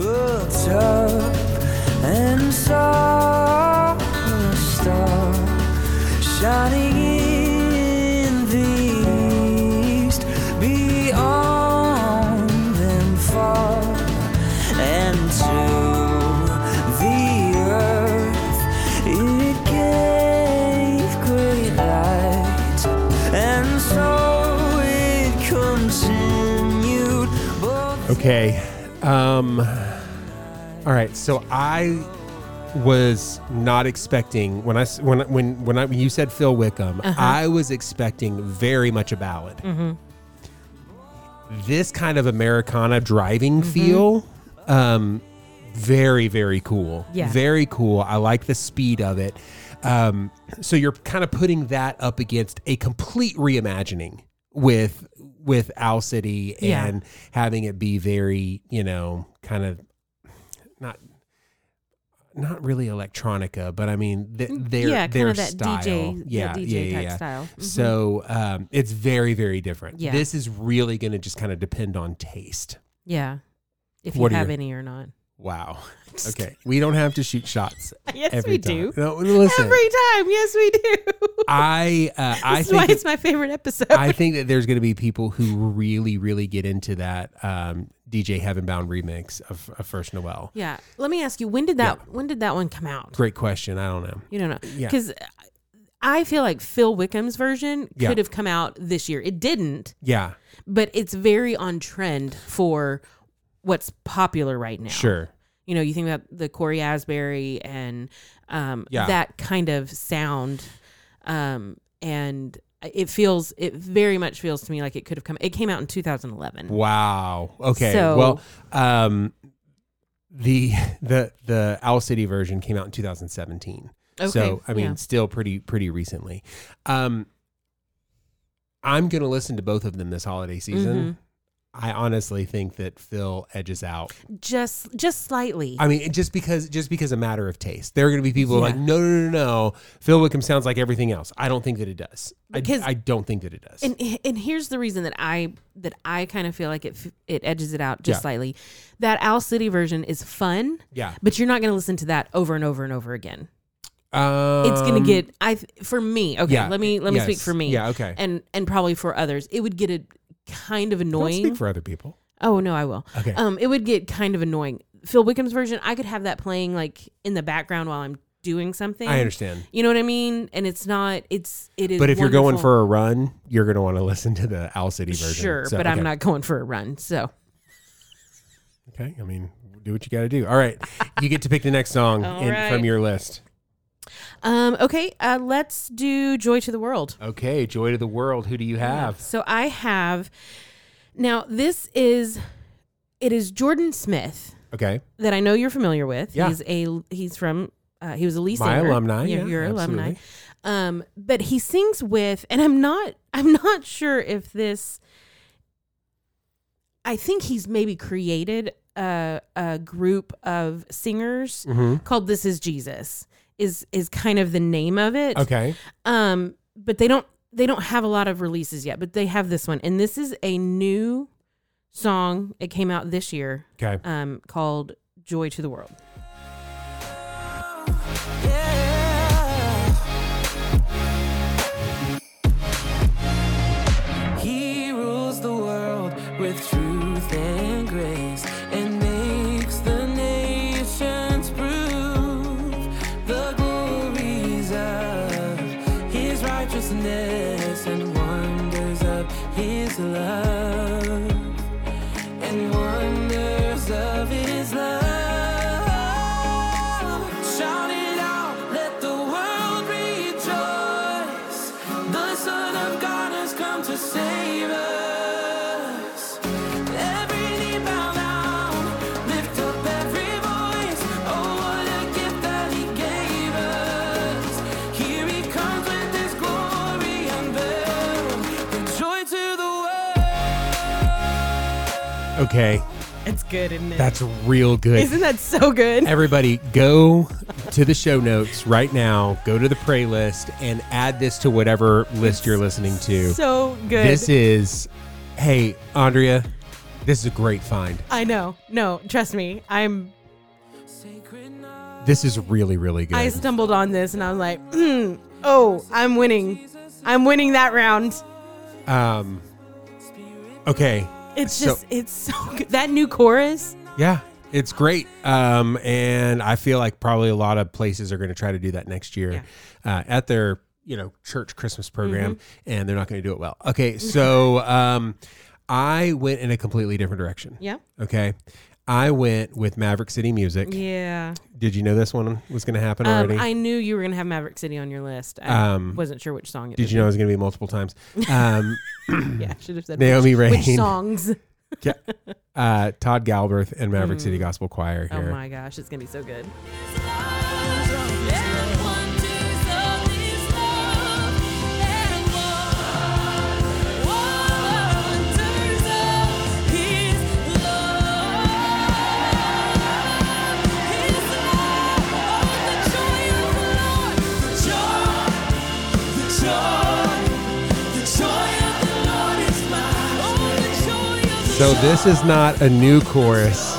Speaker 5: Looks up and saw a star shining in the east. Beyond them far and to the earth it gave great light. And so it continued. But
Speaker 2: Okay. Um All right, so I was not expecting when I s- when when when I when you said Phil Wickham, I was expecting very much a ballad. This kind of Americana driving feel um very very cool.
Speaker 1: Yeah.
Speaker 2: Very cool. I like the speed of it. Um so you're kind of putting that up against a complete reimagining with with Owl City
Speaker 1: Yeah.
Speaker 2: and having it be very, you know, kind of not not really electronica, but I mean th- their
Speaker 1: Mm, yeah, kind
Speaker 2: their
Speaker 1: of that
Speaker 2: style.
Speaker 1: DJ, that
Speaker 2: yeah,
Speaker 1: DJ
Speaker 2: yeah, yeah,
Speaker 1: type
Speaker 2: yeah.
Speaker 1: style. Mhm.
Speaker 2: So um, it's very, very different.
Speaker 1: Yeah.
Speaker 2: This is really going to just kind of depend on taste.
Speaker 1: Yeah, if you
Speaker 2: What are
Speaker 1: have
Speaker 2: your-
Speaker 1: any or not.
Speaker 2: Wow. Okay, we don't have to shoot shots.
Speaker 1: [laughs] Yes,
Speaker 2: every
Speaker 1: we
Speaker 2: time.
Speaker 1: do.
Speaker 2: No, listen,
Speaker 1: Every time, yes, we do.
Speaker 2: I
Speaker 1: [laughs]
Speaker 2: uh, I
Speaker 1: That's why
Speaker 2: think
Speaker 1: it's my favorite episode.
Speaker 2: I think that there's going to be people who really, really get into that um, DJ Heavenbound remix of, of First Noel.
Speaker 1: yeah. Let me ask you, when did that when did that one come out?
Speaker 2: Great question. I don't know.
Speaker 1: You don't know.
Speaker 2: Yeah.
Speaker 1: Because I feel like Phil Wickham's version
Speaker 2: Yeah.
Speaker 1: could have come out this year. It didn't,
Speaker 2: Yeah,
Speaker 1: but it's very on trend for what's popular right now.
Speaker 2: sure.
Speaker 1: You know, you think about the Corey Asbury and um,
Speaker 2: Yeah.
Speaker 1: that kind of sound. Um, and it feels, it very much feels to me like it could have come, it came out in 2011.
Speaker 2: Wow. Okay.
Speaker 1: So-
Speaker 2: well, um, the the the Owl City version came out in 2017.
Speaker 1: Okay,
Speaker 2: So I mean,
Speaker 1: yeah.
Speaker 2: still pretty pretty recently. Um, I'm gonna listen to both of them this holiday season.
Speaker 1: Mm-hmm.
Speaker 2: I honestly think that Phil edges out.
Speaker 1: Just, just slightly.
Speaker 2: I mean, it- just because just because a matter of taste. There are going to be people like,
Speaker 1: Yeah.
Speaker 2: no, no, no, no. Phil Wickham sounds like everything else. I don't think that it does.
Speaker 1: Because-
Speaker 2: I, I don't think that it does.
Speaker 1: and and here's the reason that I that I kind of feel like it f- it edges it out just
Speaker 2: Yeah.
Speaker 1: slightly. That Owl City version is fun,
Speaker 2: Yeah.
Speaker 1: but you're not going to listen to that over and over and over again.
Speaker 2: um,
Speaker 1: It's going to get I th- for me. Okay,
Speaker 2: yeah,
Speaker 1: let me let me speak
Speaker 2: yes.
Speaker 1: for me.
Speaker 2: Yeah, okay.
Speaker 1: and and probably for others, it would get a kind of
Speaker 2: Don't
Speaker 1: annoying.
Speaker 2: speak for other people.
Speaker 1: oh no, I will.
Speaker 2: Okay.
Speaker 1: um, it would get kind of annoying. Phil Wickham's version, I could have that playing like in the background while I'm doing something.
Speaker 2: I understand.
Speaker 1: You know what I mean? And it's not. It's it is.
Speaker 2: But if you're going
Speaker 1: wonderful.
Speaker 2: for a run, you're going to want to listen to the Owl City version.
Speaker 1: Sure,
Speaker 2: So,
Speaker 1: but I'm
Speaker 2: okay.
Speaker 1: not going for a run. So
Speaker 2: Okay, I mean, do what you got to do. All right, you get to pick the next
Speaker 1: [laughs]
Speaker 2: song
Speaker 1: All
Speaker 2: in,
Speaker 1: right.
Speaker 2: from your list.
Speaker 1: Um, okay, uh, let's do Joy to the World.
Speaker 2: Okay, Joy to the World. Who do you have?
Speaker 1: So I have now this is it is Jordan Smith
Speaker 2: Okay,
Speaker 1: that I know you're familiar with.
Speaker 2: Yeah.
Speaker 1: He's a he's from uh, he was a Lee
Speaker 2: My
Speaker 1: singer.
Speaker 2: alumni,
Speaker 1: You're,
Speaker 2: yeah,
Speaker 1: you're alumni.
Speaker 2: absolutely.
Speaker 1: Um, but he sings with and I'm not I'm not sure if this I think he's maybe created a a group of singers
Speaker 2: Mm-hmm.
Speaker 1: called This Is Jesus. Is is kind of the name of it.
Speaker 2: okay,
Speaker 1: Um, but they don't they don't have a lot of releases yet, but they have this one, and this is a new song. It came out this year.
Speaker 2: okay.
Speaker 1: Um, called "Joy to the World."
Speaker 5: He rules the world with truth and grace and makes the nations prove the glory
Speaker 6: business and wonders of his love and wonders of his love. Shout it out, let the world rejoice. The Son of God has come to save us. Every knee bow down, lift up every voice. Oh, what a gift that He gave us. Here He comes with His glory unveiled, the joy to the world.
Speaker 2: Okay,
Speaker 1: It's good, isn't it?
Speaker 2: that's real good.
Speaker 1: [laughs] Isn't that so good?
Speaker 2: Everybody, go to the show notes right now. Go to the pray list and add this to whatever list you're listening to.
Speaker 1: So good.
Speaker 2: This is, hey, Andrea, this is a great find.
Speaker 1: I know. No, trust me. I'm.
Speaker 6: Sacred night.
Speaker 2: This is really, really good.
Speaker 1: I stumbled on this and I was like, mm, oh, I'm winning. I'm winning that round.
Speaker 2: um, okay,
Speaker 1: It's
Speaker 2: So-
Speaker 1: just, it's so good. That new chorus.
Speaker 2: yeah, it's great. Um, and I feel like probably a lot of places are going to try to do that next year uh, at their you know church Christmas program,
Speaker 1: Mm-hmm.
Speaker 2: and they're not going to do it well. Okay, so um, I went in a completely different direction.
Speaker 1: Yeah.
Speaker 2: Okay. I went with Maverick City Music.
Speaker 1: Yeah.
Speaker 2: Did you know this one was going to happen
Speaker 1: Um,
Speaker 2: already?
Speaker 1: I knew you were going to have Maverick City on your list. I
Speaker 2: Um,
Speaker 1: wasn't sure which song it
Speaker 2: Did you know it was going to be multiple
Speaker 1: [laughs]
Speaker 2: times? Um,
Speaker 1: Yeah, I should have said
Speaker 2: Naomi
Speaker 1: which, which
Speaker 2: Raine.
Speaker 1: songs.
Speaker 2: [laughs] yeah. uh, Todd Galbraith and Maverick City Gospel Choir
Speaker 1: Oh
Speaker 2: here.
Speaker 1: my gosh, it's going to be so good.
Speaker 2: So this is not a new chorus,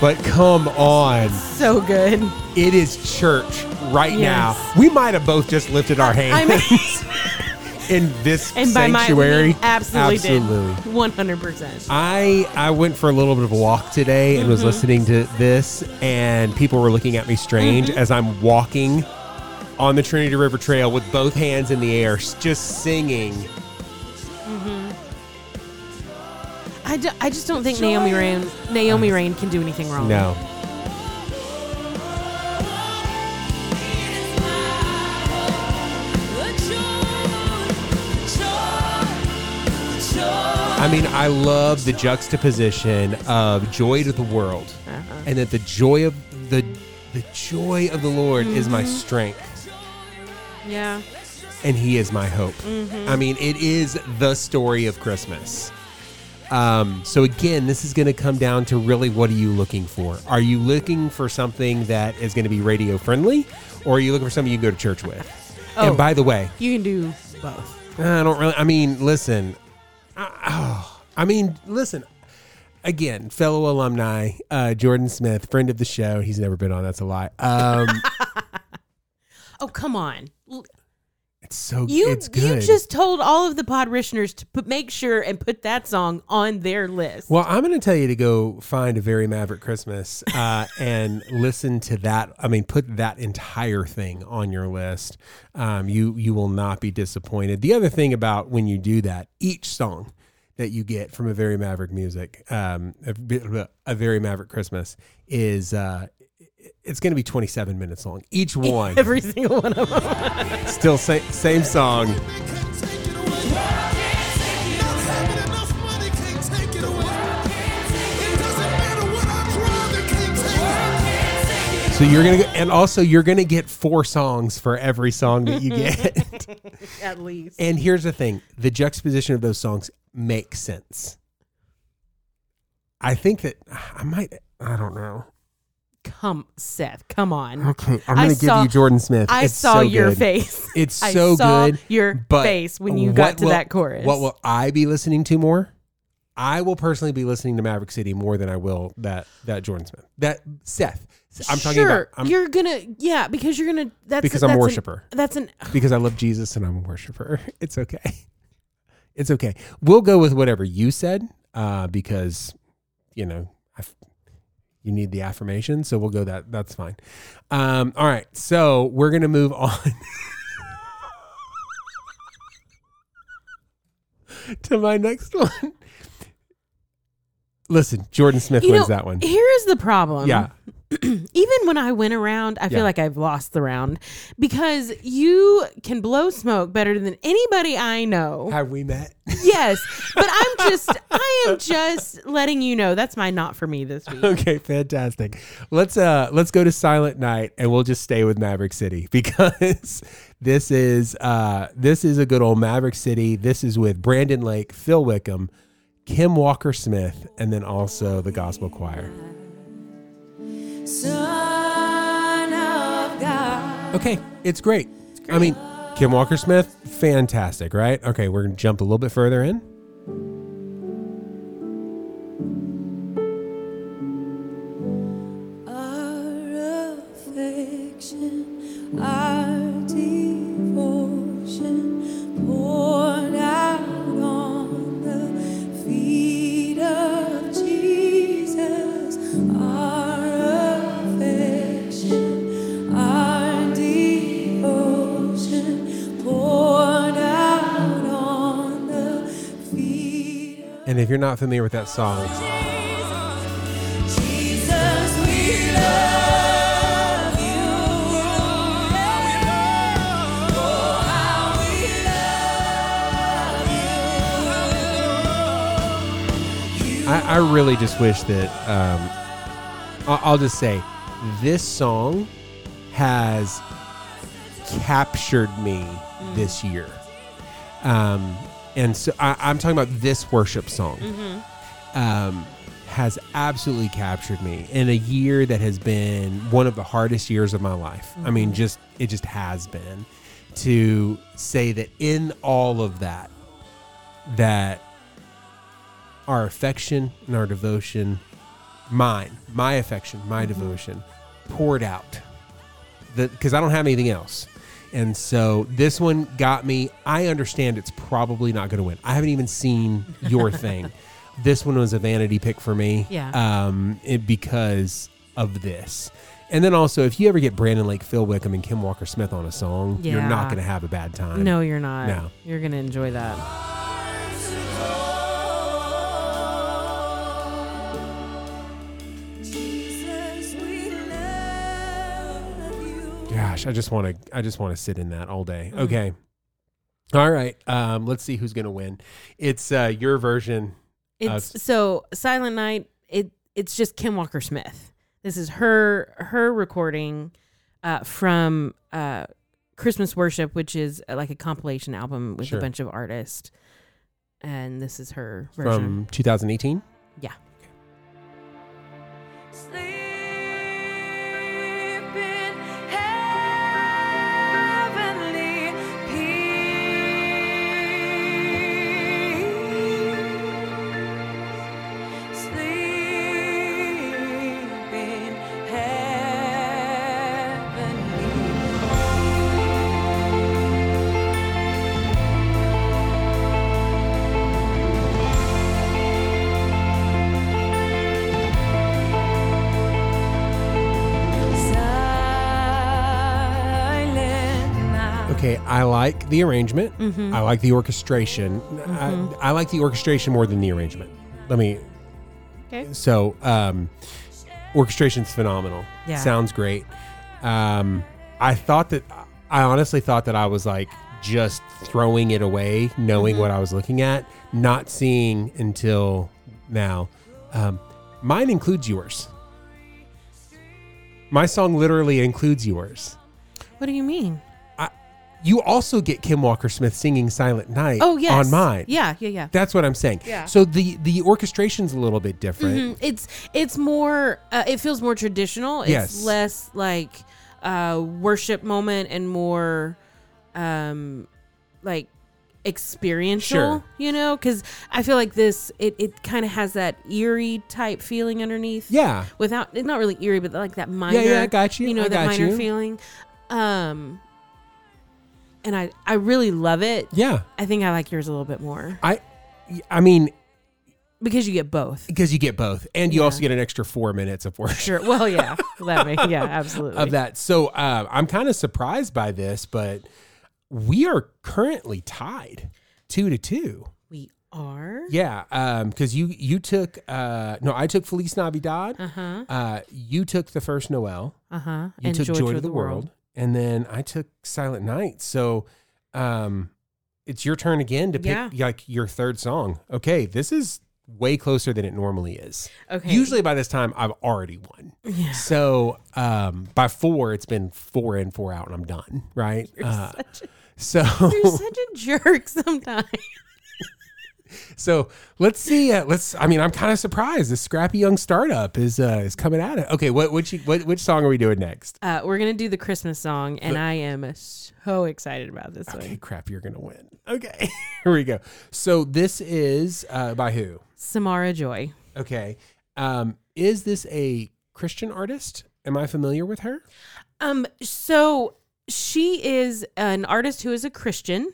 Speaker 2: but come on.
Speaker 1: So good.
Speaker 2: It is church right now.
Speaker 1: Yes.
Speaker 2: We might have both just lifted our
Speaker 1: I
Speaker 2: hands [laughs]
Speaker 1: mean,
Speaker 2: in this
Speaker 1: and by my
Speaker 2: sanctuary.
Speaker 1: we absolutely,
Speaker 2: Absolutely.
Speaker 1: did. 100%.
Speaker 2: I I went for a little bit of a walk today and was listening to this, and people were looking at me strange as I'm walking on the Trinity River Trail with both hands in the air, s- just singing.
Speaker 1: I, do, I just don't think Naomi Rain Naomi Rain can do anything wrong.
Speaker 2: No, I mean I love the juxtaposition of joy to the world, and that the joy of the the joy of the Lord is my strength,
Speaker 1: Yeah.
Speaker 2: and He is my hope.
Speaker 1: Mm-hmm.
Speaker 2: I mean, it is the story of Christmas. Um, so again, this is going to come down to really what are you looking for? Are you looking for something that is going to be radio friendly, or are you looking for something you can go to church with?
Speaker 1: Oh.
Speaker 2: And by the way,
Speaker 1: You can do both.
Speaker 2: I don't really. I mean, listen. I, oh, I mean, listen. Again, fellow alumni, uh, Jordan Smith, friend of the show. He's never been on. That's a lie. Um,
Speaker 1: Oh, come on. L-
Speaker 2: it's so
Speaker 1: You
Speaker 2: it's good.
Speaker 1: you just told all of the podrishners to put, make sure and put that song on their list.
Speaker 2: Well, I'm going to tell you to go find a very Maverick Christmas uh, and listen to that. I mean, put that entire thing on your list. Um, you you will not be disappointed. The other thing about when you do that, each song that you get from a very Maverick music, um, a, bit of a- a very Maverick Christmas is. Uh, it's going to be 27 minutes long. Each one,
Speaker 1: Every single one of them.
Speaker 2: still sa- same song. So you're gonna, go, and also you're gonna get four songs for every song that you get.
Speaker 1: At least.
Speaker 2: And here's the thing the juxtaposition of those songs makes sense. I think that I might, I don't know. [laughs]
Speaker 1: Come, Seth. Come on.
Speaker 2: Okay, I'm
Speaker 1: I
Speaker 2: going to give
Speaker 1: saw-
Speaker 2: you Jordan Smith.
Speaker 1: I
Speaker 2: It's
Speaker 1: saw
Speaker 2: so
Speaker 1: your
Speaker 2: good.
Speaker 1: face.
Speaker 2: It's
Speaker 1: I
Speaker 2: so
Speaker 1: saw
Speaker 2: good.
Speaker 1: Your
Speaker 2: but
Speaker 1: face when you
Speaker 2: what
Speaker 1: got to
Speaker 2: will-
Speaker 1: that chorus.
Speaker 2: What will I be listening to more? I will personally be listening to Maverick City more than I will that that Jordan Smith. That Seth. I'm talking
Speaker 1: sure,
Speaker 2: about I'm,
Speaker 1: you're gonna yeah because you're gonna that's
Speaker 2: Because I'm a
Speaker 1: that's an-
Speaker 2: worshiper.
Speaker 1: that's an
Speaker 2: because I love Jesus and I'm a worshiper. [laughs] It's okay. It's okay. We'll go with whatever you said uh, because, you know, I f- you need the affirmation. So [laughs] we'll go that. That's fine. Um, all right. So we're going to move on. to my next [laughs] one. Listen, Jordan Smith
Speaker 1: You
Speaker 2: wins
Speaker 1: know,
Speaker 2: that one.
Speaker 1: Here is the problem.
Speaker 2: yeah.
Speaker 1: [clears throat] Even when I win a round, I
Speaker 2: Yeah.
Speaker 1: feel like I've lost the round because you can blow smoke better than anybody I know.
Speaker 2: Have we met?
Speaker 1: [laughs] yes, but I'm just I am just letting you know that's my not for me this week.
Speaker 2: okay, fantastic. Let's uh let's go to Silent Night and we'll just stay with Maverick City [laughs] because this is uh this is a good old Maverick City. This is with Brandon Lake, Phil Wickham, Kim Walker Smith, and then also the gospel choir.
Speaker 3: Son of God.
Speaker 2: Okay, it's great. I mean, Kim Walker Smith, fantastic, right? Okay, we're gonna jump a little bit further in.
Speaker 3: Our affection, our devotion poured out on the feet of Jesus. Our affection, our devotion poured out on the feet of
Speaker 2: And if you're not familiar with that song,
Speaker 4: Oh,
Speaker 2: I, I really just wish that um, I- I'll just say this song has captured me this year. Um, and so I, I'm talking about this worship song um, has absolutely captured me in a year that has been one of the hardest years of my life. I mean, just it just has been to say that in all of that, that our affection and our devotion, mine, my affection, my
Speaker 1: Mm-hmm.
Speaker 2: devotion, poured out. Because I don't have anything else. And so this one got me. I understand it's probably not going to win. I haven't even seen
Speaker 1: [laughs]
Speaker 2: your thing. This one was a vanity pick for me.
Speaker 1: Yeah.
Speaker 2: Um, it, because of this. And then also, if you ever get Brandon Lake, Phil Wickham, and Kim Walker Smith on a song, you're
Speaker 1: Yeah.
Speaker 2: not going to have a bad time.
Speaker 1: No, you're not.
Speaker 2: No.
Speaker 1: You're gonna enjoy that.
Speaker 2: Gosh, I just want to. I just want to sit in that all day. Okay. All right. Um, let's see who's gonna win. It's uh, your version.
Speaker 1: It's so Silent Night. It it's just Kim Walker Smith. This is her her recording uh, from uh, Christmas Worship, which is uh, like a compilation album with
Speaker 2: Sure.
Speaker 1: a bunch of artists. And this is her version.
Speaker 2: From 2018.
Speaker 1: yeah.
Speaker 2: Okay, I like the arrangement. I like the orchestration. I, I like the orchestration more than the arrangement. Let me.
Speaker 1: Okay.
Speaker 2: So, um, orchestration's phenomenal.
Speaker 1: Yeah.
Speaker 2: Sounds great. Um, I thought that I honestly thought that I was like just throwing it away, knowing
Speaker 1: Mm-hmm.
Speaker 2: what I was looking at, not seeing until now. Um, mine includes yours. My song literally includes yours.
Speaker 1: What do you mean?
Speaker 2: You also get Kim Walker Smith singing "Silent Night"
Speaker 1: Oh yes.
Speaker 2: on mine.
Speaker 1: Yeah, yeah, yeah.
Speaker 2: That's what I'm saying.
Speaker 1: Yeah.
Speaker 2: So the the orchestration's a little bit different.
Speaker 1: Mm, It's it's more uh, it feels more traditional. It's
Speaker 2: Yes.
Speaker 1: less like uh worship moment and more um like experiential,
Speaker 2: Sure.
Speaker 1: you know, cuz I feel like this it it kind of has that eerie type feeling underneath.
Speaker 2: Yeah.
Speaker 1: Without it's not really eerie but like that minor
Speaker 2: yeah, I got you.
Speaker 1: You know
Speaker 2: I
Speaker 1: that
Speaker 2: got
Speaker 1: minor
Speaker 2: you.
Speaker 1: feeling. Um and I I really love it.
Speaker 2: Yeah.
Speaker 1: I think I like yours a little bit more
Speaker 2: I I mean
Speaker 1: because you get both.
Speaker 2: because you get both, and you
Speaker 1: Yeah.
Speaker 2: also get an extra four minutes of worship
Speaker 1: Sure. Well, yeah. Let me. Yeah, absolutely.
Speaker 2: [laughs] of that. So uh, I'm kind of surprised by this, but we are currently tied two to two.
Speaker 1: We are?
Speaker 2: Yeah, um, because you you took uh no, I took Feliz Navidad.
Speaker 1: Uh-huh.
Speaker 2: Uh, you took the first Noel.
Speaker 1: Uh-huh.
Speaker 2: You took Joy, to the, world. and then I took Silent Night. So, um, it's your turn again to pick
Speaker 1: Yeah.
Speaker 2: like your third song. Okay, this is way closer than it normally is.
Speaker 1: Okay. [laughs]
Speaker 2: Usually by this time I've already won.
Speaker 1: Yeah.
Speaker 2: So um, by four, it's been four in, four out, and I'm done. Right. Uh, [laughs] so
Speaker 1: You're such a jerk sometimes. [laughs]
Speaker 2: So let's see. Uh, let's. I mean, I'm kind of surprised. This scrappy young startup is uh, is coming at it. Okay, what which what, which song are we doing next?
Speaker 1: Uh, we're gonna do the Christmas song, and I am so excited about this
Speaker 2: Okay,
Speaker 1: one.
Speaker 2: crap, you're gonna win. Okay, [laughs] here we go. So this is uh, by who?
Speaker 1: Samara Joy.
Speaker 2: Okay, um, is this a Christian artist? Am I familiar with her?
Speaker 1: Um, so she is an artist who is a Christian.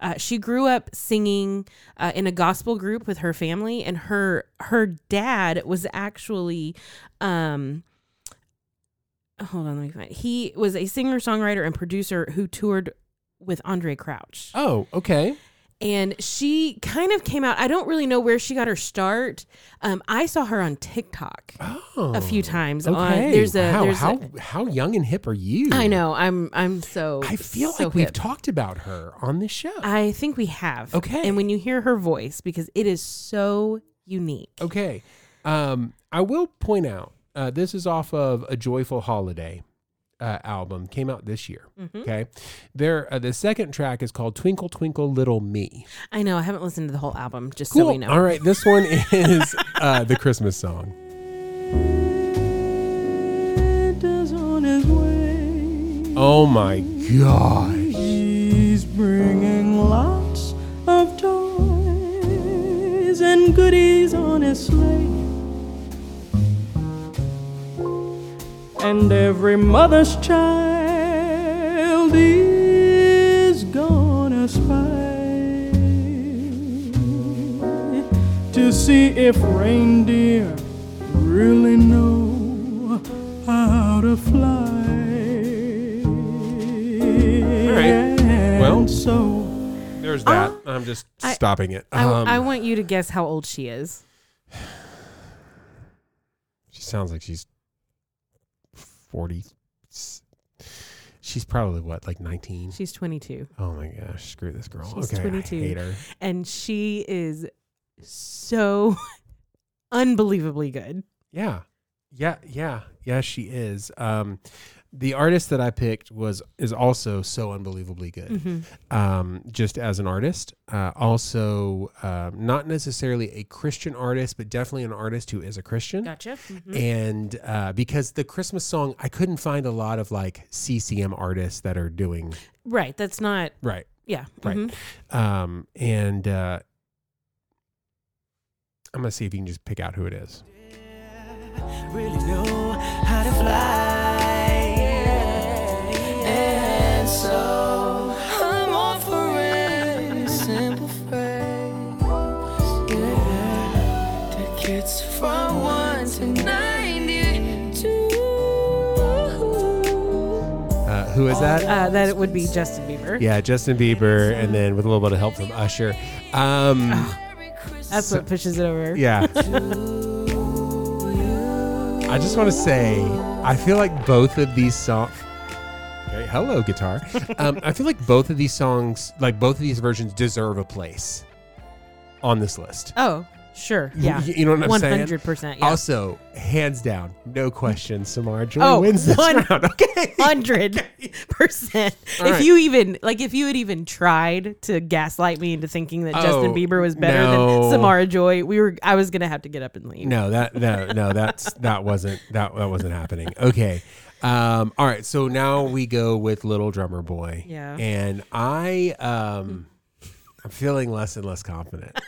Speaker 1: Uh, she grew up singing uh, in a gospel group with her family, and her her dad was actually, um, hold on, let me find. He was a singer songwriter and producer who toured with Andre Crouch
Speaker 2: Oh, okay.
Speaker 1: and she kind of came out. I don't really know where she got her start. Um, I saw her on TikTok
Speaker 2: Oh,
Speaker 1: a few times.
Speaker 2: Okay.
Speaker 1: On, there's a
Speaker 2: wow.
Speaker 1: there's
Speaker 2: how
Speaker 1: a,
Speaker 2: how young and hip are you?
Speaker 1: I know. I'm I'm so.
Speaker 2: I feel
Speaker 1: so
Speaker 2: like we've
Speaker 1: hip.
Speaker 2: talked about her on this show.
Speaker 1: I think we have.
Speaker 2: Okay.
Speaker 1: And when you hear her voice, because it is so unique.
Speaker 2: Okay. Um, I will point out uh, this is off of a Joyful Holiday uh, album, came out this year.
Speaker 1: Mm-hmm.
Speaker 2: Okay. There, uh, the second track is called Twinkle Twinkle Little Me.
Speaker 1: I know. I haven't listened to the whole album, just so we know.
Speaker 2: All right. This one is uh, the Christmas song.
Speaker 6: Santa's on his way.
Speaker 2: Oh my gosh.
Speaker 6: He's bringing lots of toys and goodies on his sleigh. And every mother's child is gonna spy to see if reindeer really know how to fly. All
Speaker 2: right. Well-
Speaker 6: so
Speaker 1: [gasps]
Speaker 2: There's that. I'm just
Speaker 1: I-
Speaker 2: stopping it.
Speaker 1: I,
Speaker 2: Um,
Speaker 1: I want you to guess how old she is.
Speaker 2: she sounds like she's 40. She's probably what, like 19?
Speaker 1: She's 22,
Speaker 2: Oh my gosh. Screw this girl.
Speaker 1: She's
Speaker 2: okay.
Speaker 1: 22.
Speaker 2: I hate her.
Speaker 1: and she is so [laughs] unbelievably good.
Speaker 2: Yeah. Yeah, yeah. Yeah, she is. Um the artist that I picked was is also so unbelievably good. Um just as an artist, uh also um not necessarily a Christian artist, but definitely an artist who is a Christian.
Speaker 1: Gotcha.
Speaker 2: Mm-hmm. And uh, because the Christmas song, I couldn't find a lot of like CCM artists that are doing
Speaker 1: Right. That's not.
Speaker 2: right,
Speaker 1: Yeah.
Speaker 2: right.
Speaker 1: mhm.
Speaker 2: Um, and uh, I'm gonna see if you can just pick out who it is.
Speaker 5: really know how to fly. And so I'm offering a simple phrase. Yeah, the kids from 1 to 92.
Speaker 2: Uh, who is that?
Speaker 1: Uh, that it would be Justin Bieber.
Speaker 2: Yeah, Justin Bieber, and then with a little bit of help from Usher. Um,
Speaker 1: Oh. That's what pushes it over. [laughs]
Speaker 2: yeah. I just want to say, I feel like both of these songs. Okay, hello, guitar.
Speaker 1: [laughs]
Speaker 2: Um, I feel like both of these songs, like both of these versions, deserve a place on this list.
Speaker 1: Oh, sure.
Speaker 2: Y-
Speaker 1: Yeah.
Speaker 2: y- You know what I'm saying?
Speaker 1: 100%. Yeah.
Speaker 2: Also, hands down, no question, Samara Joy
Speaker 1: Oh,
Speaker 2: wins this
Speaker 1: one-
Speaker 2: round. [laughs] Okay.
Speaker 1: 100%. if
Speaker 2: All right.
Speaker 1: you even, like, if you had even tried to gaslight me into thinking that
Speaker 2: Oh,
Speaker 1: Justin Bieber was better
Speaker 2: no.
Speaker 1: than Samara Joy, we were, I was going to have to get up and leave.
Speaker 2: No, that no no that's that wasn't that that wasn't happening. Okay. Um all right, so now we go with Little Drummer Boy.
Speaker 1: Yeah.
Speaker 2: And I um I'm feeling less and less confident.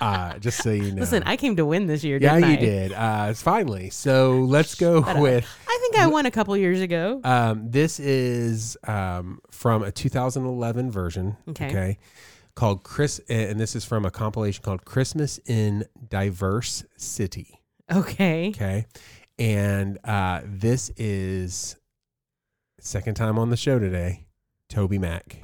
Speaker 2: Uh just so you know.
Speaker 1: Listen, I came to win this year,
Speaker 2: yeah,
Speaker 1: didn't I?
Speaker 2: you did. Uh it's finally. So let's go with
Speaker 1: I think I won a couple years ago.
Speaker 2: um this is um from a 2011 version,
Speaker 1: Okay.
Speaker 2: Called Chris and this is from a compilation called Christmas in Diverse City.
Speaker 1: okay.
Speaker 2: Okay. And uh, this is second time on the show today, Toby Mack.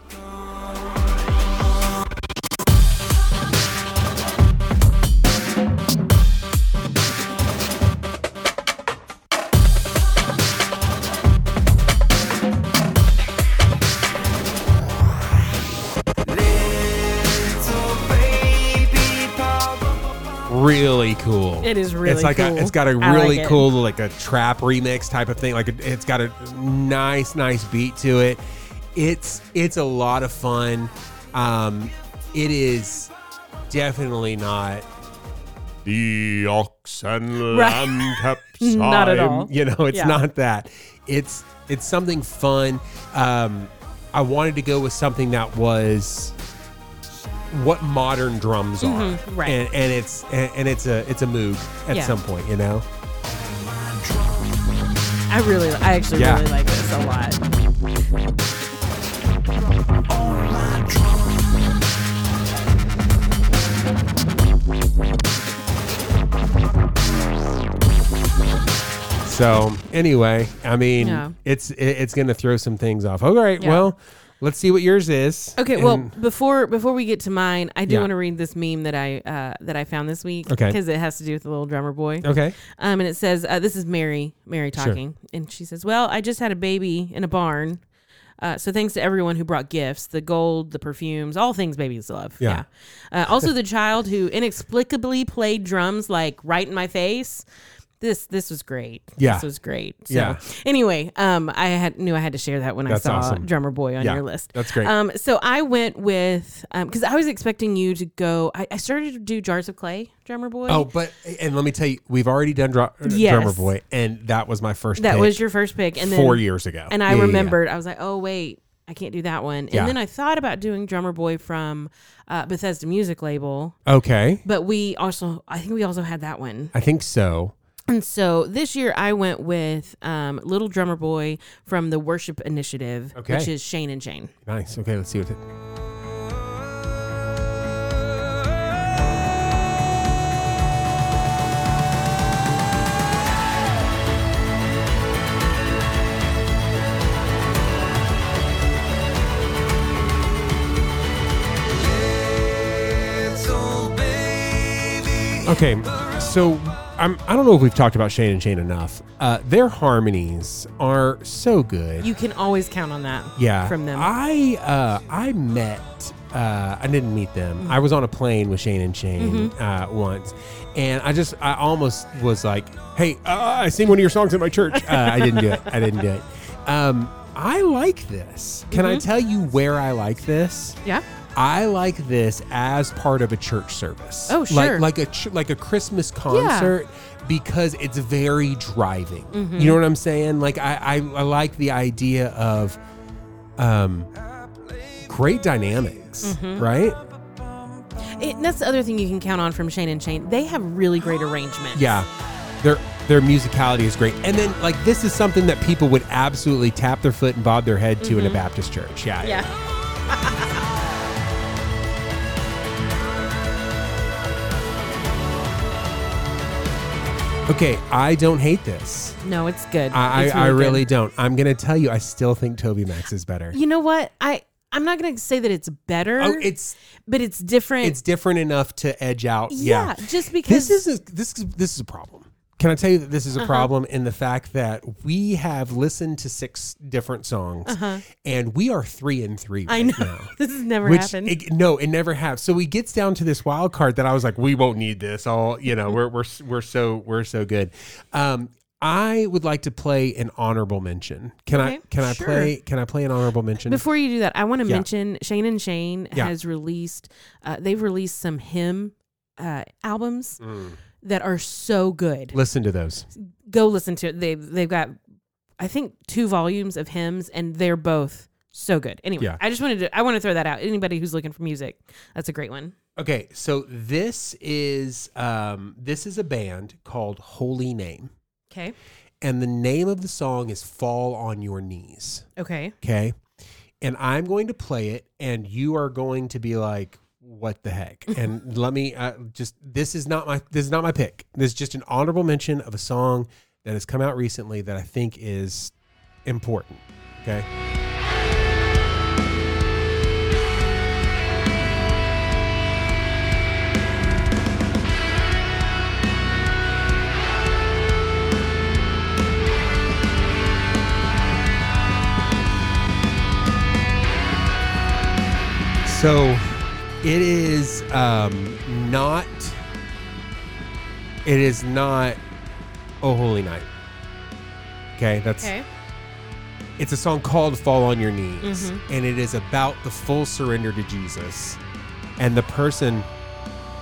Speaker 2: really cool.
Speaker 1: It is really
Speaker 2: It's like
Speaker 1: cool.
Speaker 2: A, it's got a
Speaker 1: I
Speaker 2: really
Speaker 1: like it.
Speaker 2: cool like a trap remix type of thing. Like a, it's got a nice nice beat to it. It's it's a lot of fun. Um, it is definitely not the ox and
Speaker 1: Right. [laughs]
Speaker 2: lamb kept
Speaker 1: Not at all.
Speaker 2: You know, it's
Speaker 1: Yeah.
Speaker 2: not that. It's it's something fun. Um, I wanted to go with something that was what modern drums are,
Speaker 1: Mhm, right.
Speaker 2: And, and it's and, and it's a it's a moog at
Speaker 1: Yeah.
Speaker 2: some point, you know.
Speaker 1: I really, I actually
Speaker 2: Yeah.
Speaker 1: really like this a lot.
Speaker 2: So anyway, I mean,
Speaker 1: Yeah.
Speaker 2: it's it, it's gonna throw some things off. All right,
Speaker 1: Yeah.
Speaker 2: well, let's see what yours is.
Speaker 1: Okay, well,
Speaker 2: And-
Speaker 1: before before we get to mine, I do
Speaker 2: Yeah.
Speaker 1: want to read this meme that I uh, that I found this week.
Speaker 2: Okay.
Speaker 1: because it has to do with the little drummer boy.
Speaker 2: okay,
Speaker 1: Um, and it says, uh, "This is Mary, Mary talking," and she says, "Well, I just had a baby in a barn." Uh, so thanks to everyone who brought gifts, the gold, the perfumes, all things babies love.
Speaker 2: Yeah.
Speaker 1: Uh, also the child who inexplicably played drums like right in my face. This this was great.
Speaker 2: Yeah.
Speaker 1: This was great. So
Speaker 2: Yeah.
Speaker 1: anyway, um I had knew I had to share that when
Speaker 2: That's
Speaker 1: I saw
Speaker 2: awesome.
Speaker 1: Drummer Boy on
Speaker 2: Yeah.
Speaker 1: your list.
Speaker 2: That's great.
Speaker 1: Um so I went with um because I was expecting you to go I, I started to do jars of clay, Drummer Boy.
Speaker 2: Oh, but and let me tell you, we've already done Dro-
Speaker 1: Yes.
Speaker 2: Drummer Boy, and that was my first.
Speaker 1: That
Speaker 2: pick
Speaker 1: was your first pick, and then
Speaker 2: four years ago,
Speaker 1: And I
Speaker 2: Yeah, yeah, yeah.
Speaker 1: remembered, I was like, oh wait, I can't do that one. And
Speaker 2: Yeah.
Speaker 1: then I thought about doing Drummer Boy from uh, Bethesda Music Label,
Speaker 2: Okay,
Speaker 1: but we also, I think we also had that one.
Speaker 2: I think so.
Speaker 1: And so this year I went with um, Little Drummer Boy from the Worship Initiative,
Speaker 2: Okay.
Speaker 1: which is Shane and Shane.
Speaker 2: Nice. Okay, let's see what. It, Okay, so I'm, I don't know if we've talked about Shane and Shane enough. Uh, their harmonies are so good.
Speaker 1: You can always count on that
Speaker 2: yeah,
Speaker 1: from them.
Speaker 2: I uh, I met. Uh, I didn't meet them.
Speaker 1: Mm.
Speaker 2: I was on a plane with Shane and Shane
Speaker 1: Mm-hmm.
Speaker 2: uh, once, and I just I almost was like, "Hey, uh, I sing one of your songs at my church." Uh, I didn't do it. I didn't do it. Um, I like this. Can
Speaker 1: Mm-hmm.
Speaker 2: I tell you where I like this?
Speaker 1: yeah.
Speaker 2: I like this as part of a church service.
Speaker 1: Oh, sure.
Speaker 2: Like like a ch- like a Christmas concert because it's very driving.
Speaker 1: Mm-hmm.
Speaker 2: You know what I'm saying? Like I, I I like the idea of um great dynamics,
Speaker 1: Mm-hmm.
Speaker 2: right?
Speaker 1: It, and that's the other thing you can count on from Shane and Shane. They have really great arrangements.
Speaker 2: Yeah. Their their musicality is great. And then like this is something that people would absolutely tap their foot and bob their head to in a Baptist church. Yeah.
Speaker 1: Mm-hmm. Yeah.
Speaker 2: Okay, I don't hate this.
Speaker 1: No, it's good.
Speaker 2: I,
Speaker 1: It's
Speaker 2: I, I
Speaker 1: good.
Speaker 2: really don't. I'm gonna tell you, I still think Toby Max is better.
Speaker 1: You know what? I I'm not gonna say that it's better.
Speaker 2: Oh, it's
Speaker 1: but it's different.
Speaker 2: it's different enough to edge out. Yeah,
Speaker 1: yeah, just because. Uh-huh.
Speaker 2: this is a, this is- this is a problem. Can I tell you that this is a problem in the fact that we have listened to six different songs, and we are three and three right
Speaker 1: Uh-huh. I know
Speaker 2: now.
Speaker 1: this has [laughs] never
Speaker 2: Which
Speaker 1: happened.
Speaker 2: it- no, it never has. So he gets down to this wild card that I was like, we won't need this. All you know, we're we're we're so we're so good. Um, I would like to play an honorable mention. Can I
Speaker 1: Okay,
Speaker 2: can I
Speaker 1: sure.
Speaker 2: play can I play an honorable mention?
Speaker 1: Before you do that, I want to
Speaker 2: Yeah.
Speaker 1: mention Shane and Shane
Speaker 2: Yeah.
Speaker 1: has released. Uh, they've released some hymn uh, albums
Speaker 2: Mm.
Speaker 1: that are so good.
Speaker 2: Listen to those.
Speaker 1: Go listen to it. They they've got, I think, two volumes of hymns, and they're both so good. Anyway,
Speaker 2: Yeah.
Speaker 1: I just wanted to I want to throw that out. Anybody who's looking for music, that's a great one.
Speaker 2: Okay, so this is um, this is a band called Holy Name,
Speaker 1: Okay.
Speaker 2: and the name of the song is "Fall on Your Knees."
Speaker 1: Okay.
Speaker 2: Okay, and I'm going to play it, and you are going to be like, "What the heck?" and let me uh, just this is not my this is not my pick. This is just an honorable mention of a song that has come out recently that I think is important. Okay. So it is um, not It is not Oh Holy Night. Okay, that's
Speaker 1: Okay.
Speaker 2: it's a song called Fall on Your Knees, and it is about the full surrender to Jesus. And the person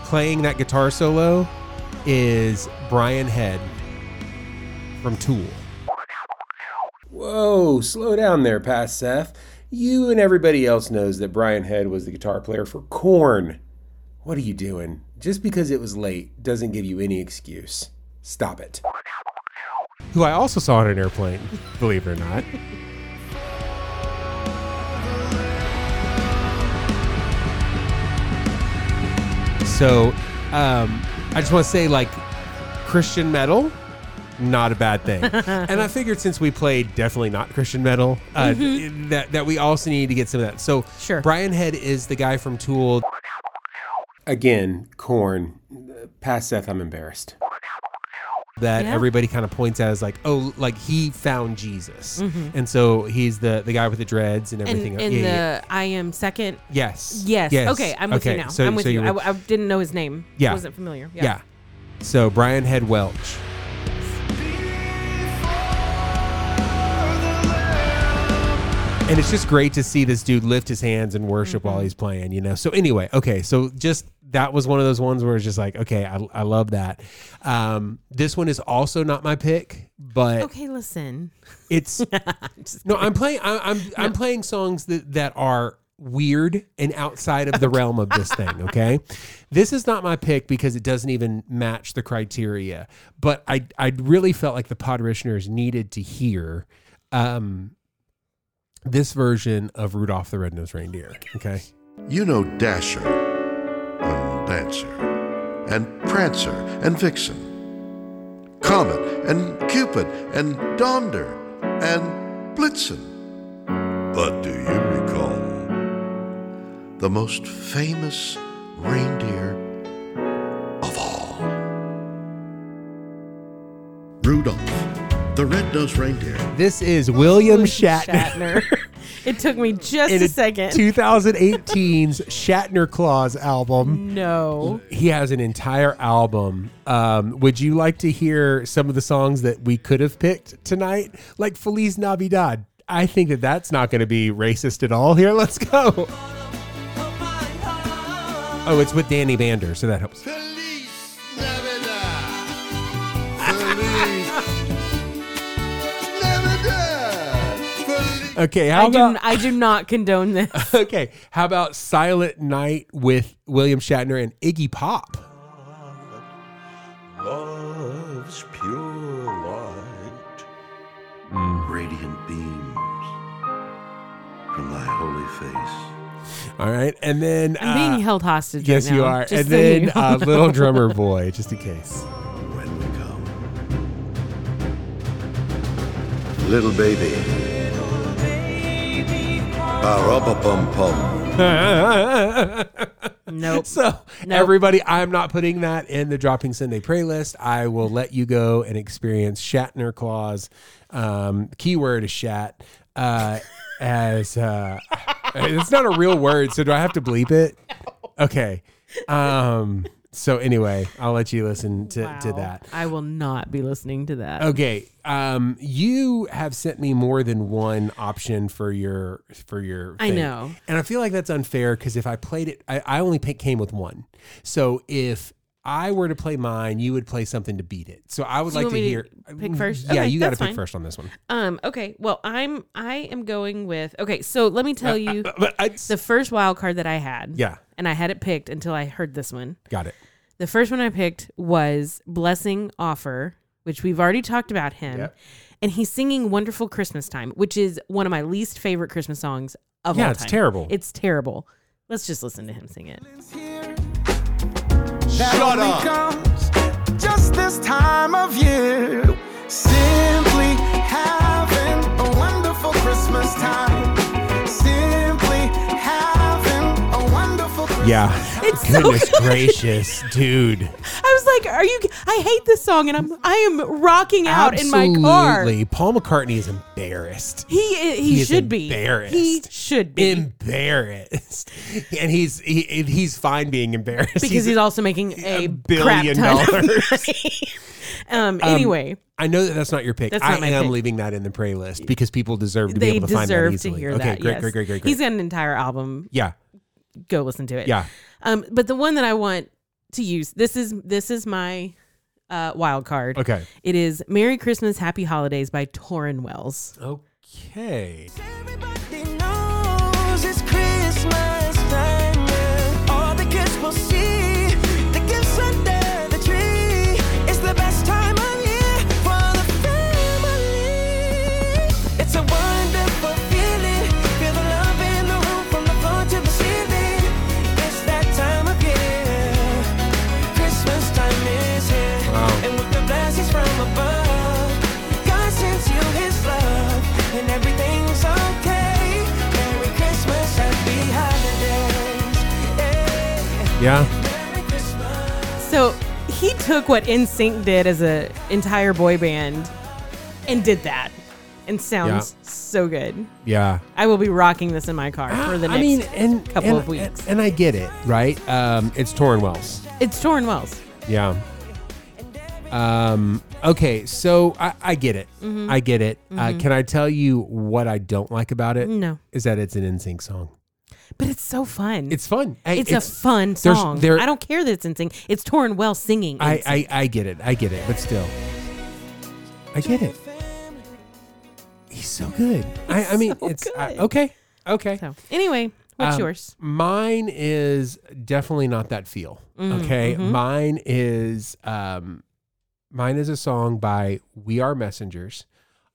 Speaker 2: playing that guitar solo is Brian Head from Tool. Whoa, slow down there, Pat Seth. You and everybody else knows that Brian Head was the guitar player for Korn. What are you doing? Just because it was late doesn't give you any excuse. Stop it. Who I also saw on an airplane, believe it or not. So, um, I just want to say, like, Christian metal, not a bad thing. and I figured since we played definitely not Christian metal, uh, that that we also need to get some of that. So,
Speaker 1: Sure.
Speaker 2: Brian Head is the guy from Tool. Again, Corn. Past Seth, I'm embarrassed. That
Speaker 1: Yeah.
Speaker 2: everybody kind of points at as like, oh, like he found Jesus, and so he's the the guy with the dreads and
Speaker 1: Mm-hmm. And
Speaker 2: everything.
Speaker 1: in
Speaker 2: else. Yeah,
Speaker 1: the
Speaker 2: yeah, yeah.
Speaker 1: I am second.
Speaker 2: yes,
Speaker 1: Yes. Okay, I'm with you now.
Speaker 2: So-
Speaker 1: I'm with
Speaker 2: so
Speaker 1: you.
Speaker 2: were-
Speaker 1: I, I didn't know his name.
Speaker 2: Yeah.
Speaker 1: Wasn't familiar.
Speaker 2: yeah. So Brian Head Welch. And it's just great to see this dude lift his hands and worship while he's playing, you know. So anyway, okay, so just that was one of those ones where it's just like, okay, I, I love that. Um, this one is also not my pick, but
Speaker 1: Okay, [laughs] listen.
Speaker 2: it's no, I'm playing. I, I'm I'm playing songs that that are weird and outside of the realm of this thing. Okay, this is not my pick because it doesn't even match the criteria. But I I really felt like the Podrishners needed to hear. Um, this version of Rudolph the Red-Nosed Reindeer. Okay,
Speaker 7: You know Dasher and Dancer and Prancer and Vixen, Comet and Cupid and Donder and Blitzen. But do you recall the most famous reindeer of all? Rudolph, the red-nosed reindeer.
Speaker 2: this is William Shatner.
Speaker 1: Shatner. [laughs] it took me just
Speaker 2: in
Speaker 1: a second.
Speaker 2: 2018's Shatner Claus album.
Speaker 1: no.
Speaker 2: He has an entire album. Um, would you like to hear some of the songs that we could have picked tonight? Like Feliz Navidad. I think that that's not going to be racist at all here. Let's go. Oh, it's with Danny Bander, so that helps.
Speaker 7: Feliz Navidad. Feliz Navidad. Feliz.
Speaker 2: Okay, how
Speaker 1: I do,
Speaker 2: about
Speaker 1: I do not condone this.
Speaker 2: [laughs] okay? How about Silent Night with William Shatner and Iggy Pop?
Speaker 7: Love's pure light, radiant beams from thy holy face.
Speaker 2: All right, and then
Speaker 1: [laughs] I'm being
Speaker 2: uh,
Speaker 1: held hostage.
Speaker 2: yes,
Speaker 1: right now,
Speaker 2: you are,
Speaker 1: just
Speaker 2: and
Speaker 1: so
Speaker 2: then
Speaker 1: you know. [laughs]
Speaker 2: uh, Little Drummer Boy, just in case.
Speaker 7: When we come, little baby, ba-ra-ba-bum-pum.
Speaker 1: nope.
Speaker 2: [laughs] So
Speaker 1: Nope.
Speaker 2: everybody, I'm not putting that in the dropping Sunday pray list. I will let you go and experience Shatner clause. Um, keyword is shat.
Speaker 1: [laughs]
Speaker 2: Uh, as uh, it's not a real word, so do I have to bleep it?
Speaker 1: [laughs]
Speaker 2: Okay. Um, so anyway, I'll let you listen to, to
Speaker 1: Wow.
Speaker 2: that.
Speaker 1: I will not be listening to that.
Speaker 2: Okay. Um, you have sent me more than one option for your for your.
Speaker 1: I
Speaker 2: thing.
Speaker 1: know.
Speaker 2: and I feel like that's unfair because if I played it, I, I only pick, came with one. So if I were to play mine, you would play something to beat it. So I would
Speaker 1: So you
Speaker 2: like
Speaker 1: want
Speaker 2: to
Speaker 1: me to
Speaker 2: hear.
Speaker 1: pick first?
Speaker 2: Yeah,
Speaker 1: Okay,
Speaker 2: you got to
Speaker 1: that's
Speaker 2: pick
Speaker 1: fine.
Speaker 2: first on this
Speaker 1: [laughs]
Speaker 2: one.
Speaker 1: Um. Okay. Well, I'm. I am going with. Okay. So let me tell
Speaker 2: [laughs]
Speaker 1: you
Speaker 2: But I
Speaker 1: the first wild card that I had.
Speaker 2: Yeah.
Speaker 1: And I had it picked until I heard this one.
Speaker 2: got it.
Speaker 1: The first one I picked was Blessing Offer, which we've already talked about him.
Speaker 2: Yep.
Speaker 1: And he's singing Wonderful Christmas Time, which is one of my least favorite Christmas songs of
Speaker 2: Yeah,
Speaker 1: all
Speaker 2: it's
Speaker 1: time.
Speaker 2: terrible.
Speaker 1: It's terrible. Let's just listen to him sing it.
Speaker 5: that
Speaker 7: Shut
Speaker 5: only
Speaker 7: up.
Speaker 5: comes just this time of year. Simply having a wonderful Christmas time. Simply having a wonderful Christmas
Speaker 2: Yeah.
Speaker 1: [laughs] It's so
Speaker 2: Goodness
Speaker 1: good.
Speaker 2: gracious, dude.
Speaker 1: I was like, "Are you? I hate this song, and I'm I am rocking [laughs] out in my car."
Speaker 2: Absolutely. Paul McCartney is embarrassed.
Speaker 1: He i- he,
Speaker 2: He is
Speaker 1: should be
Speaker 2: embarrassed.
Speaker 1: He should be
Speaker 2: Embarrassed, [laughs] and he's he, he's fine being embarrassed
Speaker 1: because he's also making a, crap
Speaker 2: billion
Speaker 1: ton of
Speaker 2: dollars.
Speaker 1: money. [laughs] um, Anyway,
Speaker 2: I know that that's not your pick.
Speaker 1: That's
Speaker 2: I
Speaker 1: not my
Speaker 2: am
Speaker 1: pick.
Speaker 2: leaving that in the playlist because people deserve to be
Speaker 1: they
Speaker 2: able to find that
Speaker 1: deserve to
Speaker 2: easily.
Speaker 1: hear
Speaker 2: okay,
Speaker 1: that.
Speaker 2: great,
Speaker 1: yes.
Speaker 2: great, great, great, great.
Speaker 1: He's got an entire album.
Speaker 2: yeah,
Speaker 1: Go listen to it.
Speaker 2: yeah.
Speaker 1: Um, but the one that I want to use this is this is my uh, wild card.
Speaker 2: Okay.
Speaker 1: It is "Merry Christmas, Happy Holidays" by Torrin Wells.
Speaker 2: Okay.
Speaker 5: Everybody knows it's Christmas time. yeah. All the kids will see the gifts under the tree. It's the best time of year for the family. It's a wonderful feeling. Feel the love in the room from the floor to the ceiling. It's that time of year. Christmas time is here.
Speaker 2: Wow.
Speaker 5: And with the blessings from above, God sends you his love. And everything's okay. Merry Christmas, happy holidays. Yeah.
Speaker 2: Yeah.
Speaker 5: Merry Christmas.
Speaker 1: So he took what NSYNC did as a entire boy band and did that, and sounds so good.
Speaker 2: Yeah.
Speaker 1: I will be rocking this in my car for the
Speaker 2: [gasps] I
Speaker 1: next
Speaker 2: mean, and,
Speaker 1: couple
Speaker 2: and-
Speaker 1: of weeks.
Speaker 2: and I get it, right? Um, it's Torrin Wells.
Speaker 1: it's Torrin Wells.
Speaker 2: Yeah. Um. Okay. So I, I get it.
Speaker 1: Mm-hmm.
Speaker 2: I get it. Uh, can I tell you what I don't like about it?
Speaker 1: No.
Speaker 2: Is that it's an NSYNC song.
Speaker 1: But it's so fun.
Speaker 2: It's fun. Hey,
Speaker 1: it's, a fun
Speaker 2: there's-
Speaker 1: song.
Speaker 2: there-
Speaker 1: I don't care that it's NSYNC. It's Torrin Wells singing.
Speaker 2: I,
Speaker 1: NSYNC.
Speaker 2: I I get it. I get it. But still, I get it. He's so good. I, I mean,
Speaker 1: [laughs] so
Speaker 2: it's I-
Speaker 1: good.
Speaker 2: okay. Okay.
Speaker 1: so anyway, what's
Speaker 2: Um,
Speaker 1: yours?
Speaker 2: Mine is definitely not that feel.
Speaker 1: Mm,
Speaker 2: okay.
Speaker 1: mm-hmm.
Speaker 2: Mine is um mine is a song by We Are Messengers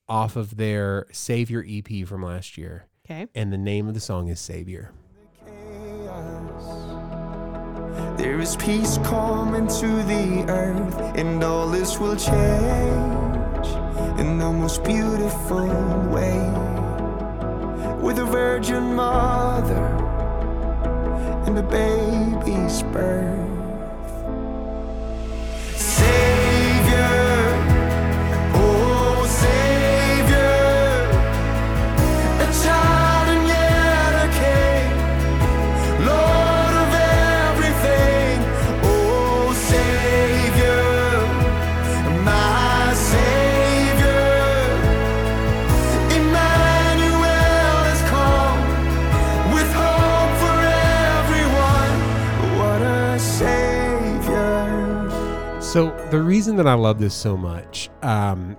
Speaker 2: off of their Savior EP from last year.
Speaker 1: Okay.
Speaker 2: And the name of the song is Savior.
Speaker 5: chaos. There is peace calm into the earth, and all this will change in the most beautiful way. With a virgin mother and a baby's birth. Savior, oh Savior. A child and yet a king, Lord of everything, oh Savior, my Savior. Emmanuel has come with hope for everyone. What a Savior!
Speaker 2: So the reason that I love this so much, um,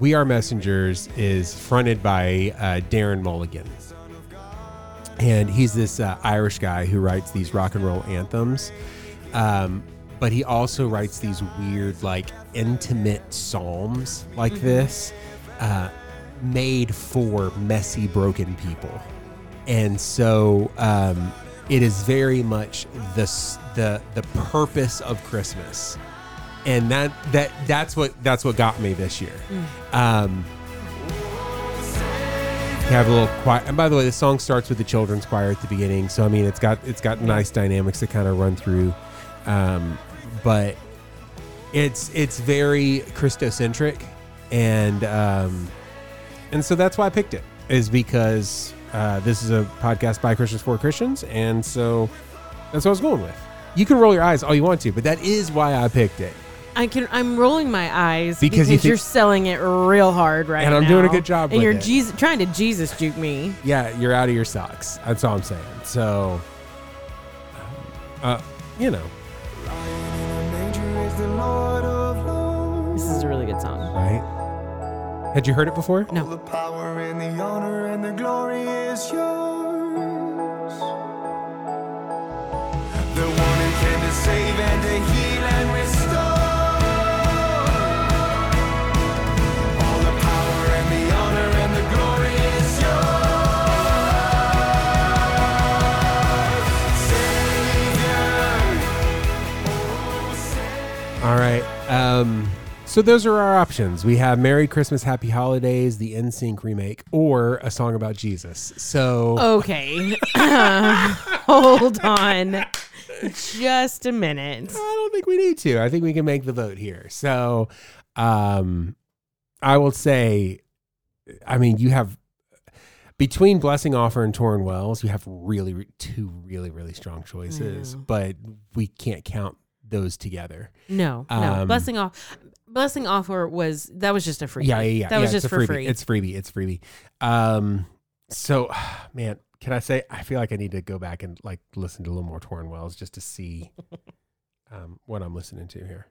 Speaker 2: We Are Messengers is fronted by uh, Darren Mulligan, and he's this uh, Irish guy who writes these rock and roll anthems, um, but he also writes these weird, like intimate psalms like this, uh, made for messy, broken people, and so. Um, it is very much the, s- the the purpose of Christmas and that that that's what that's what got me this year. Um, have a little choir, and by the way, the song starts with the children's choir at the beginning, so I mean, it's got it's got nice dynamics that kind of run through, um, but it's it's very Christocentric, and um, and so that's why I picked it is because uh, this is a podcast by Christians for Christians, and so that's what I was going with. You can roll your eyes all you want to, but that is why I picked it.
Speaker 1: I can. I'm rolling my eyes because,
Speaker 2: Because you
Speaker 1: you
Speaker 2: think-
Speaker 1: are selling it real hard right
Speaker 2: And
Speaker 1: now.
Speaker 2: I'm doing a good job
Speaker 1: And
Speaker 2: with
Speaker 1: you're
Speaker 2: it.
Speaker 1: Jesus, trying to Jesus juke me.
Speaker 2: yeah, you're out of your socks. That's all I'm saying. So, uh, you know,
Speaker 5: Manger is the Lord of
Speaker 1: This
Speaker 5: Lords.
Speaker 1: is a really good song.
Speaker 2: right? Had you heard it before?
Speaker 1: No.
Speaker 5: All the power and the honor and the glory is yours. The one who came to save and to heal and restore. All the power and the honor and the glory is yours. Savior.
Speaker 2: All right. Um, so those are our options. We have "Merry Christmas, Happy Holidays," the NSYNC remake, or a song
Speaker 1: Oh, [laughs]
Speaker 2: [laughs] about Jesus. So
Speaker 1: Okay. Hold on. just a minute.
Speaker 2: I don't think we need to. I think we can make the vote here. So, um, I will say, I mean, you have between Blessing Offer and Torn Wells, you have really re- two really really strong choices,
Speaker 1: know.
Speaker 2: but we can't count those together.
Speaker 1: No, no.
Speaker 2: Um,
Speaker 1: blessing off, blessing offer was that was just a free.
Speaker 2: Yeah, yeah, yeah.
Speaker 1: That
Speaker 2: yeah,
Speaker 1: was
Speaker 2: it's
Speaker 1: just
Speaker 2: a
Speaker 1: for
Speaker 2: freebie.
Speaker 1: free.
Speaker 2: It's freebie. It's freebie. Um, so, [sighs] man, can I say I feel like I need to go back and like listen to a little more Torn Wells just to
Speaker 1: [laughs]
Speaker 2: see um, what I'm listening to here.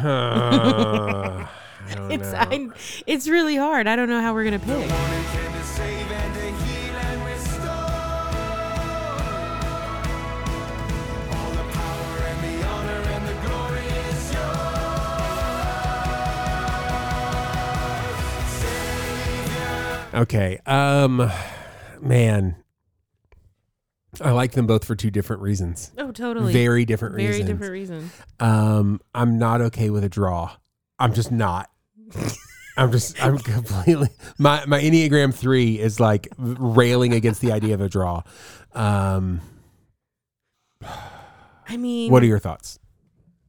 Speaker 2: Uh,
Speaker 1: [laughs]
Speaker 2: I
Speaker 1: [laughs]
Speaker 2: don't
Speaker 1: it's
Speaker 2: know.
Speaker 1: I, it's really hard. I don't know how we're gonna pick.
Speaker 2: Okay. Um man. I like them both for two different reasons.
Speaker 1: Oh, totally.
Speaker 2: Very different
Speaker 1: Very
Speaker 2: reasons.
Speaker 1: different reasons.
Speaker 2: Um I'm not okay with a draw. I'm just
Speaker 1: [laughs]
Speaker 2: not. I'm just I'm completely my my Enneagram 3 is like railing against the idea of a draw. Um
Speaker 1: I mean,
Speaker 2: what are your thoughts?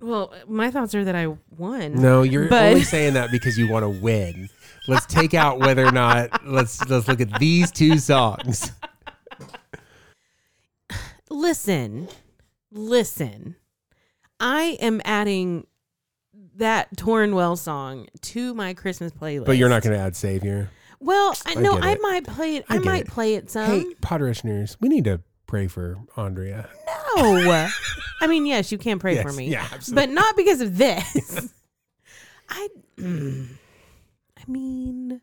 Speaker 1: well, my thoughts are that I won.
Speaker 2: No, you're
Speaker 1: But-
Speaker 2: only saying that because you want to win. Let's take out whether or not let's let's look at these two songs.
Speaker 1: Listen, listen. I am adding that Torn Well song to my Christmas playlist.
Speaker 2: But you're not going to add Savior.
Speaker 1: Well, I, no,
Speaker 2: get
Speaker 1: I
Speaker 2: it.
Speaker 1: might play it.
Speaker 2: I
Speaker 1: I,
Speaker 2: get
Speaker 1: might
Speaker 2: it.
Speaker 1: play it some.
Speaker 2: Hey, Potterishners, we need to pray for Andrea.
Speaker 1: No.
Speaker 2: [laughs]
Speaker 1: I mean, yes, you can pray for
Speaker 2: Yes,
Speaker 1: me.
Speaker 2: yeah, absolutely.
Speaker 1: But not because of
Speaker 2: [laughs]
Speaker 1: this. I mm, I mean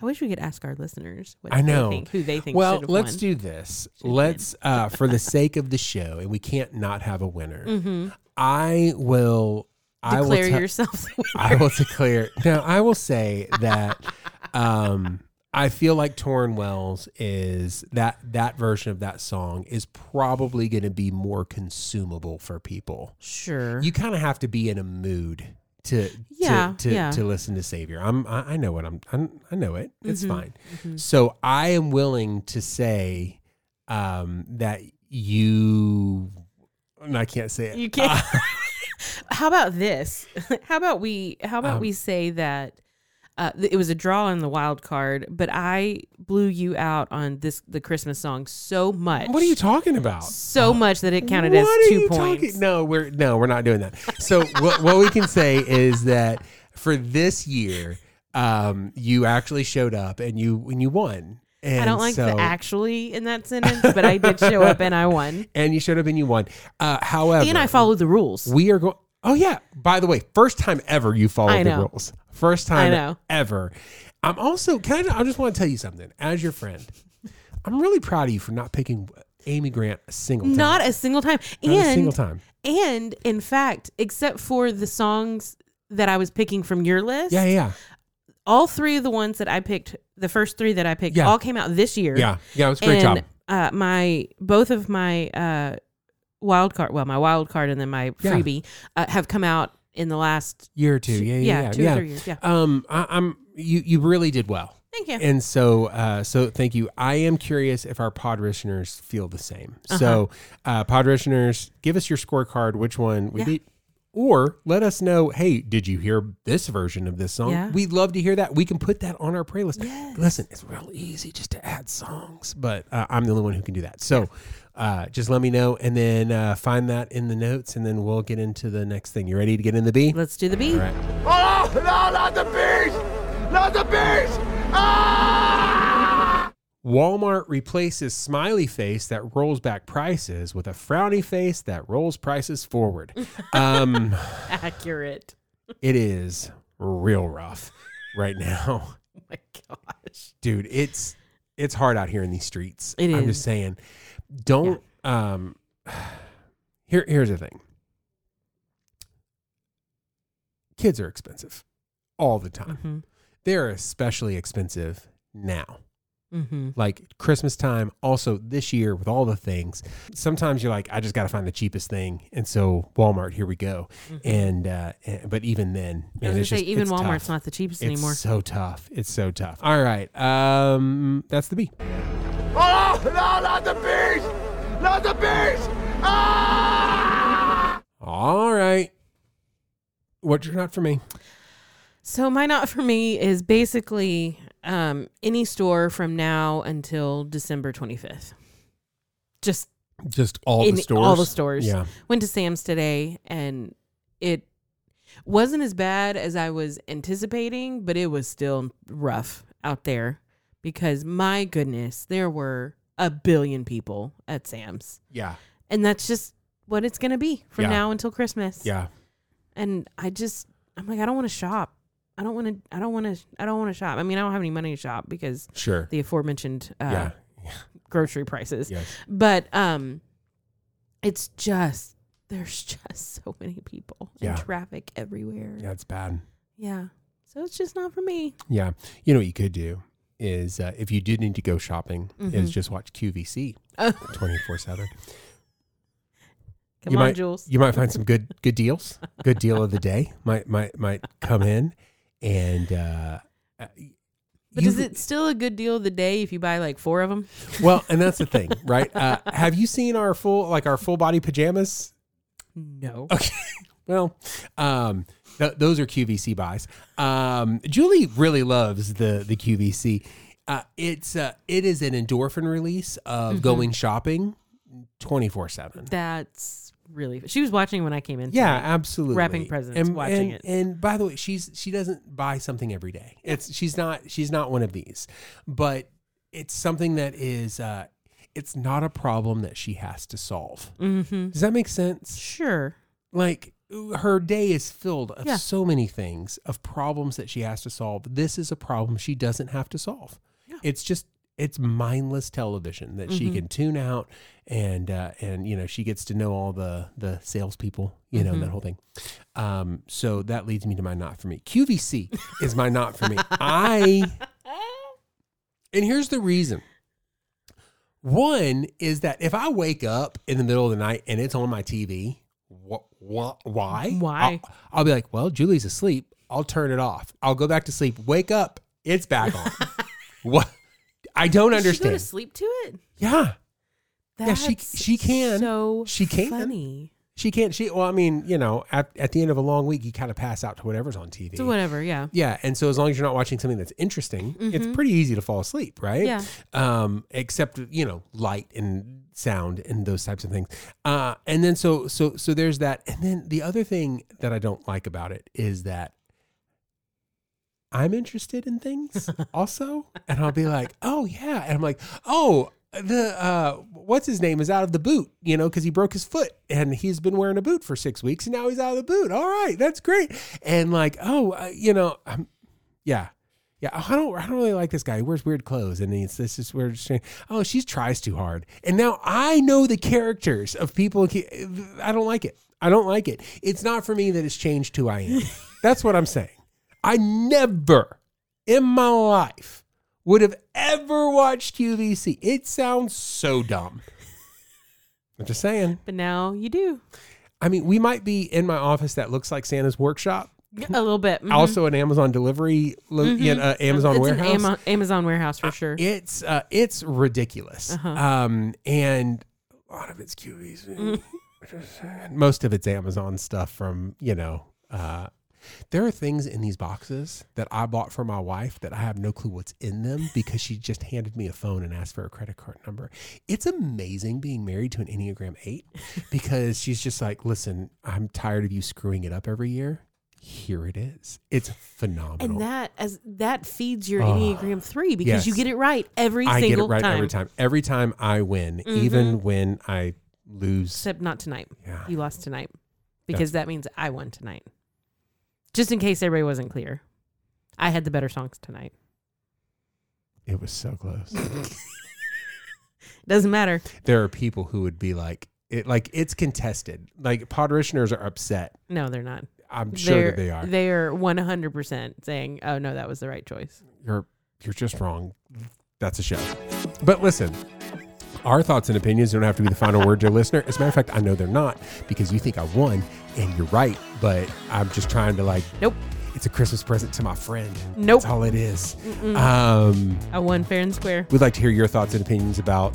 Speaker 1: I wish we could ask our listeners what
Speaker 2: I know.
Speaker 1: they think who they think
Speaker 2: well,
Speaker 1: should have
Speaker 2: let's
Speaker 1: won.
Speaker 2: do this. Let's, uh, for the sake of the show, and we can't not have a winner. I will. I will
Speaker 1: declare
Speaker 2: te-
Speaker 1: yourself the winner.
Speaker 2: [laughs] I will declare. No, I will say that um, I feel like Torrin Wells is that that version of that song is probably going to be more consumable for people.
Speaker 1: Sure.
Speaker 2: You kind of have to be in a mood to
Speaker 1: Yeah,
Speaker 2: to to,
Speaker 1: yeah.
Speaker 2: to listen to Savior. I'm I, I know what I'm, I'm I know it. It's
Speaker 1: Mm-hmm,
Speaker 2: fine. So I am willing to say um, that you. and I can't say it.
Speaker 1: You can't.
Speaker 2: Uh,
Speaker 1: [laughs] how about this? [laughs] How about we? How
Speaker 2: Um,
Speaker 1: about we say that uh, th- it was a draw on the wild card, but I blew you out on this the Christmas song so much.
Speaker 2: What are you talking about?
Speaker 1: so much that it counted
Speaker 2: What
Speaker 1: as
Speaker 2: are
Speaker 1: two
Speaker 2: you
Speaker 1: points.
Speaker 2: talking- No, we're no, we're not doing that. So what what we can say is that for this year, um, you actually showed up and you and you won. And
Speaker 1: I don't like
Speaker 2: so-
Speaker 1: the actually in that sentence, but I did show up and I
Speaker 2: [laughs]
Speaker 1: won,
Speaker 2: And you showed up and you won. Uh, however,
Speaker 1: and I followed the rules.
Speaker 2: We are going. Oh yeah. By the way, first time ever you
Speaker 1: I
Speaker 2: followed the
Speaker 1: know.
Speaker 2: rules. First time
Speaker 1: know.
Speaker 2: ever. I'm also. Can I? I just want to tell you something. As your friend, I'm really proud of you for not picking Amy Grant a single time.
Speaker 1: Not a single time, and
Speaker 2: Not a single time.
Speaker 1: and in fact, except for the songs that I was picking from your list,
Speaker 2: Yeah, yeah, yeah.
Speaker 1: all three of the ones that I picked, the first three that I picked,
Speaker 2: Yeah.
Speaker 1: all came out this year.
Speaker 2: Yeah, yeah, it was a great
Speaker 1: and,
Speaker 2: job.
Speaker 1: Uh, my both of my uh, wild card, well, my wild card and then my
Speaker 2: Yeah.
Speaker 1: freebie uh, have come out in the last.
Speaker 2: year or two. Yeah, yeah,
Speaker 1: yeah,
Speaker 2: yeah.
Speaker 1: two or
Speaker 2: yeah.
Speaker 1: three years, yeah.
Speaker 2: Um, I, I'm you. You really did well.
Speaker 1: Thank you.
Speaker 2: And so, uh, so thank you. I am curious if our pod listeners feel the same.
Speaker 1: Uh-huh.
Speaker 2: So, uh, pod listeners, give us your scorecard. Which one we
Speaker 1: Yeah.
Speaker 2: beat. Or let us know, hey, did you hear this version of this song?
Speaker 1: Yeah.
Speaker 2: We'd love to hear that. We can put that on our playlist. Listen, it's real easy just to add songs, but uh, I'm the only one who can do that. So uh, just let me know and then uh, find that in the notes, and then we'll get into the next thing. You ready to get in the B?
Speaker 1: Let's do the B.
Speaker 2: right.
Speaker 8: Oh, no, not the bees! Not the bees! Ah!
Speaker 2: Walmart replaces smiley face that rolls back prices with a frowny face that rolls
Speaker 1: [laughs]
Speaker 2: prices forward. Um,
Speaker 1: [laughs] Accurate.
Speaker 2: it is real rough right now, [laughs]
Speaker 1: Oh my gosh.
Speaker 2: dude. It's it's hard out here in these streets.
Speaker 1: It
Speaker 2: I'm
Speaker 1: is.
Speaker 2: just saying, don't. Um, [sighs] here here's the thing. Kids are expensive all the time.
Speaker 1: Mhm.
Speaker 2: They're especially expensive now. Like Christmas time, also this year with all the things. Sometimes you're like, I just got to find the cheapest thing, and so Walmart, here we go. And, uh, and- but even then,
Speaker 1: Mm-hmm. I
Speaker 2: man,
Speaker 1: was gonna
Speaker 2: it's
Speaker 1: say
Speaker 2: just-
Speaker 1: even
Speaker 2: it's
Speaker 1: Walmart's
Speaker 2: tough.
Speaker 1: not the cheapest
Speaker 2: it's
Speaker 1: anymore.
Speaker 2: so tough. It's so tough. All right, um, that's the B.
Speaker 8: Oh, no, not the bees! Not the bees! Ah!
Speaker 2: All right. What you're not for me?
Speaker 1: So my not for me is basically um, any store from now until December 25th. Just
Speaker 2: Just all
Speaker 1: in
Speaker 2: the stores.
Speaker 1: all the stores.
Speaker 2: Yeah.
Speaker 1: Went to Sam's today and it wasn't as bad as I was anticipating, but it was still rough out there because my goodness, there were a billion people at Sam's.
Speaker 2: Yeah.
Speaker 1: And that's just what it's going to be from
Speaker 2: Yeah.
Speaker 1: now until Christmas.
Speaker 2: Yeah.
Speaker 1: And I just I'm like I don't want to shop. I don't want to I don't want to I don't want to shop. I mean, I don't have any money to shop because
Speaker 2: Sure.
Speaker 1: the aforementioned uh
Speaker 2: yeah.
Speaker 1: grocery prices.
Speaker 2: Yes.
Speaker 1: But um it's just there's [laughs] just so many people
Speaker 2: Yeah.
Speaker 1: and traffic everywhere.
Speaker 2: Yeah, it's bad.
Speaker 1: Yeah. So it's just not for me.
Speaker 2: Yeah. You know what you could do is uh, if you did need to go shopping,
Speaker 1: Mm-hmm.
Speaker 2: is just watch QVC
Speaker 1: Oh.
Speaker 2: twenty four seven. [laughs]
Speaker 1: Come
Speaker 2: you
Speaker 1: on,
Speaker 2: might,
Speaker 1: Jules.
Speaker 2: You might find some good good deals. Good deal of the day might might might come in, and uh, uh,
Speaker 1: But
Speaker 2: you-
Speaker 1: is it still a good deal of the day if you buy like four of them?
Speaker 2: well? And that's the thing, right? Uh, have you seen our full like our full body pajamas?
Speaker 1: No.
Speaker 2: Okay. Well, um, th- those are QVC buys. Um, Julie really loves the the QVC. Uh, it's uh, it is an endorphin release of
Speaker 1: Mm-hmm.
Speaker 2: going shopping, twenty four
Speaker 1: [laughs]
Speaker 2: seven.
Speaker 1: That's really she was watching when I came in.
Speaker 2: Yeah,
Speaker 1: tonight.
Speaker 2: absolutely.
Speaker 1: Wrapping presents, watching
Speaker 2: and,
Speaker 1: it.
Speaker 2: And by the way, she's she doesn't buy something every day. It's she's not she's not one of these, but it's something that is uh, it's not a problem that she has to solve.
Speaker 1: Mm.
Speaker 2: Does that make sense?
Speaker 1: Mm-hmm. Sure.
Speaker 2: like her day is filled of
Speaker 1: Yeah.
Speaker 2: so many things of problems that she has to solve this is a problem she doesn't have to solve it's just it's mindless television that she can tune out and uh, and you know she gets to know all the the salespeople you know that whole thing um, so that leads me to my not for me qvc is my not for me i
Speaker 1: Uh,
Speaker 2: and here's the reason one is that if I wake up in the middle of the night and it's on my TV, wh- wh- why?
Speaker 1: Why?
Speaker 2: I'll, I'll be like, well, Julie's asleep. I'll turn it off. I'll go back to sleep. Wake up. It's back [laughs] on. what? I don't
Speaker 1: Does She go to
Speaker 2: understand.
Speaker 1: sleep to it.
Speaker 2: yeah. Yeah,
Speaker 1: That's
Speaker 2: she- she can.
Speaker 1: So
Speaker 2: She can.
Speaker 1: Funny.
Speaker 2: She can't. She, well, I mean, you know, at, at the end of a long week, you kind of pass out to whatever's on TV.
Speaker 1: So whatever. Yeah.
Speaker 2: Yeah, and so as long as you're not watching something that's interesting, it's pretty easy to fall asleep, right?
Speaker 1: Yeah.
Speaker 2: Um, except you know, light and sound and those types of things. Uh, and then so so so there's that. And then the other thing that I don't like about it is that I'm interested in things also, and I'll be like, oh yeah, and I'm like, oh the uh what's his name is out of the boot you know because he broke his foot and he's been wearing a boot for six weeks and now he's out of the boot all right that's great and like oh uh, you know i'm yeah yeah i don't i don't really like this guy he wears weird clothes and it's this is weird oh she tries too hard and now i know the characters of people i don't like it i don't like it it's not for me that it's changed who i am that's what i'm saying i never in my life would have ever watched qvc it sounds so dumb
Speaker 1: [laughs]
Speaker 2: i'm just saying
Speaker 1: But now you do
Speaker 2: i mean we might be in my office that looks like santa's workshop
Speaker 1: a little bit. Mhm.
Speaker 2: also an Amazon delivery, lo- you know, uh, Amazon
Speaker 1: Mm-hmm. it's
Speaker 2: warehouse.
Speaker 1: An Ama- Amazon warehouse for sure. Uh-huh.
Speaker 2: It's uh, it's ridiculous. Um, and a lot of it's QVC.
Speaker 1: [laughs]
Speaker 2: Most of it's Amazon stuff from you know. Uh, there are things in these boxes that I bought for my wife that I have no clue what's
Speaker 1: [laughs]
Speaker 2: in them because she just handed me a phone and asked for a credit card number. It's amazing being married to an Enneagram
Speaker 1: [laughs]
Speaker 2: 8 because she's just like, listen, I'm tired of you screwing it up every year. Here it is. It's phenomenal.
Speaker 1: and that as that feeds your
Speaker 2: Oh,
Speaker 1: Enneagram three because you
Speaker 2: yes.
Speaker 1: get it right every
Speaker 2: I get it
Speaker 1: single
Speaker 2: right
Speaker 1: time.
Speaker 2: every time. Every time I win, even when I lose.
Speaker 1: Except not tonight.
Speaker 2: Yeah.
Speaker 1: You lost tonight because that means I won tonight. Just in case everybody wasn't clear, I had the better songs tonight.
Speaker 2: It was so close.
Speaker 1: Doesn't matter.
Speaker 2: there are people who would be like, it, like it's contested. Like parishioners are upset.
Speaker 1: No, they're not.
Speaker 2: I'm sure that they are.
Speaker 1: They're one hundred percent saying, "Oh no, that was the right choice."
Speaker 2: you're you're just wrong. That's a show. But listen, our thoughts and opinions don't have to be the final word, dear listener. As a matter of fact, I know they're not because you think I won and you're right, but I'm just trying to like,
Speaker 1: Nope.
Speaker 2: it's a Christmas present to my friend.
Speaker 1: Nope.
Speaker 2: That's all it is. Um,
Speaker 1: I won fair and square.
Speaker 2: we'd like to hear your thoughts and opinions about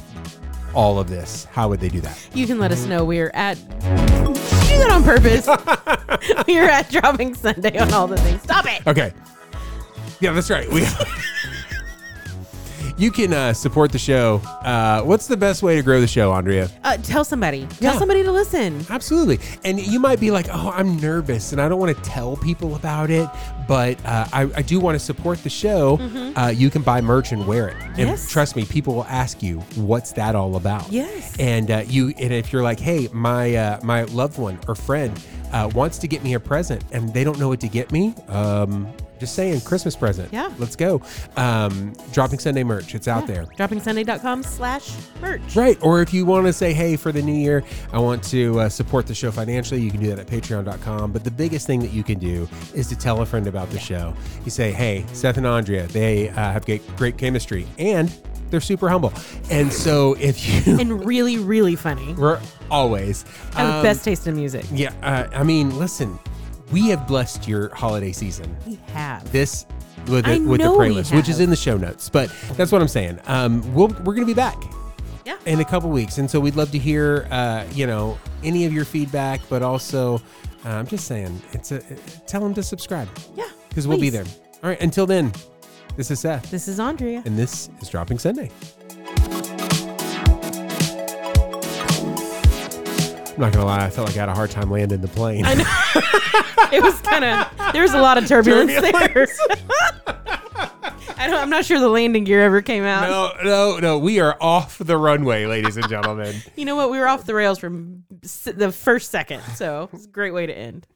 Speaker 2: all of this. How would they do that?
Speaker 1: You can let us know. We're at. Did you do that on
Speaker 2: [laughs]
Speaker 1: purpose? we are at Dropping Sunday on all the things. Stop it.
Speaker 2: Okay. Yeah, that's right. We. [laughs] you can uh, support the show. Uh, what's the best way to grow the show, Andrea?
Speaker 1: Uh, tell somebody. Tell
Speaker 2: Yeah.
Speaker 1: somebody to listen.
Speaker 2: Absolutely. And you might be like, oh, I'm nervous and I don't want to tell people about it, but uh, I, I do want to support the show. Uh, you can buy merch and wear it. And
Speaker 1: Mm-hmm. Yes.
Speaker 2: trust me, people will ask you, what's that all about?
Speaker 1: Yes.
Speaker 2: And uh, you, and if you're like, hey, my uh, my loved one or friend uh, wants to get me a present and they don't know what to get me, um, just saying, Christmas present.
Speaker 1: Yeah.
Speaker 2: Let's go. Um, dropping Sunday merch. It's out there.
Speaker 1: DroppingSunday.com slash merch.
Speaker 2: Right. Or if you want to say, hey, for the new year, I want to uh, support the show financially, you can do that at patreon.com. But the biggest thing that you can do is to tell a friend about the show. You say, hey, Seth and Andrea, they uh, have great, great chemistry and they're super humble. And so if you [laughs]
Speaker 1: And really, really funny.
Speaker 2: were always.
Speaker 1: I have
Speaker 2: um,
Speaker 1: the best taste in music.
Speaker 2: Yeah. Uh, I mean, listen, we have blessed your holiday season
Speaker 1: We have.
Speaker 2: this with
Speaker 1: I
Speaker 2: the, with the
Speaker 1: know
Speaker 2: prayer
Speaker 1: we
Speaker 2: list, which is
Speaker 1: have.
Speaker 2: in the show notes. But that's what I'm saying. Um, we'll, we're going to be back.
Speaker 1: Yeah.
Speaker 2: In a couple weeks, and so we'd love to hear, uh, you know, any of your feedback, but also, uh, I'm just saying, it's a tell them to subscribe
Speaker 1: yeah.
Speaker 2: because we'll be
Speaker 1: please.
Speaker 2: there. All right. Until then, this is Seth,
Speaker 1: This is Andrea.
Speaker 2: and this is Dropping Sunday. I'm not gonna lie, I felt like I had a hard time landing the plane. I know.
Speaker 1: it was kind of there was a lot of turbulence,
Speaker 2: [laughs]
Speaker 1: there. I don't, I'm not sure the landing gear ever came out.
Speaker 2: [laughs] No, no, no. We are off the runway, ladies and gentlemen.
Speaker 1: You know what? We were off the rails from s- the first second, so it's a great way to end.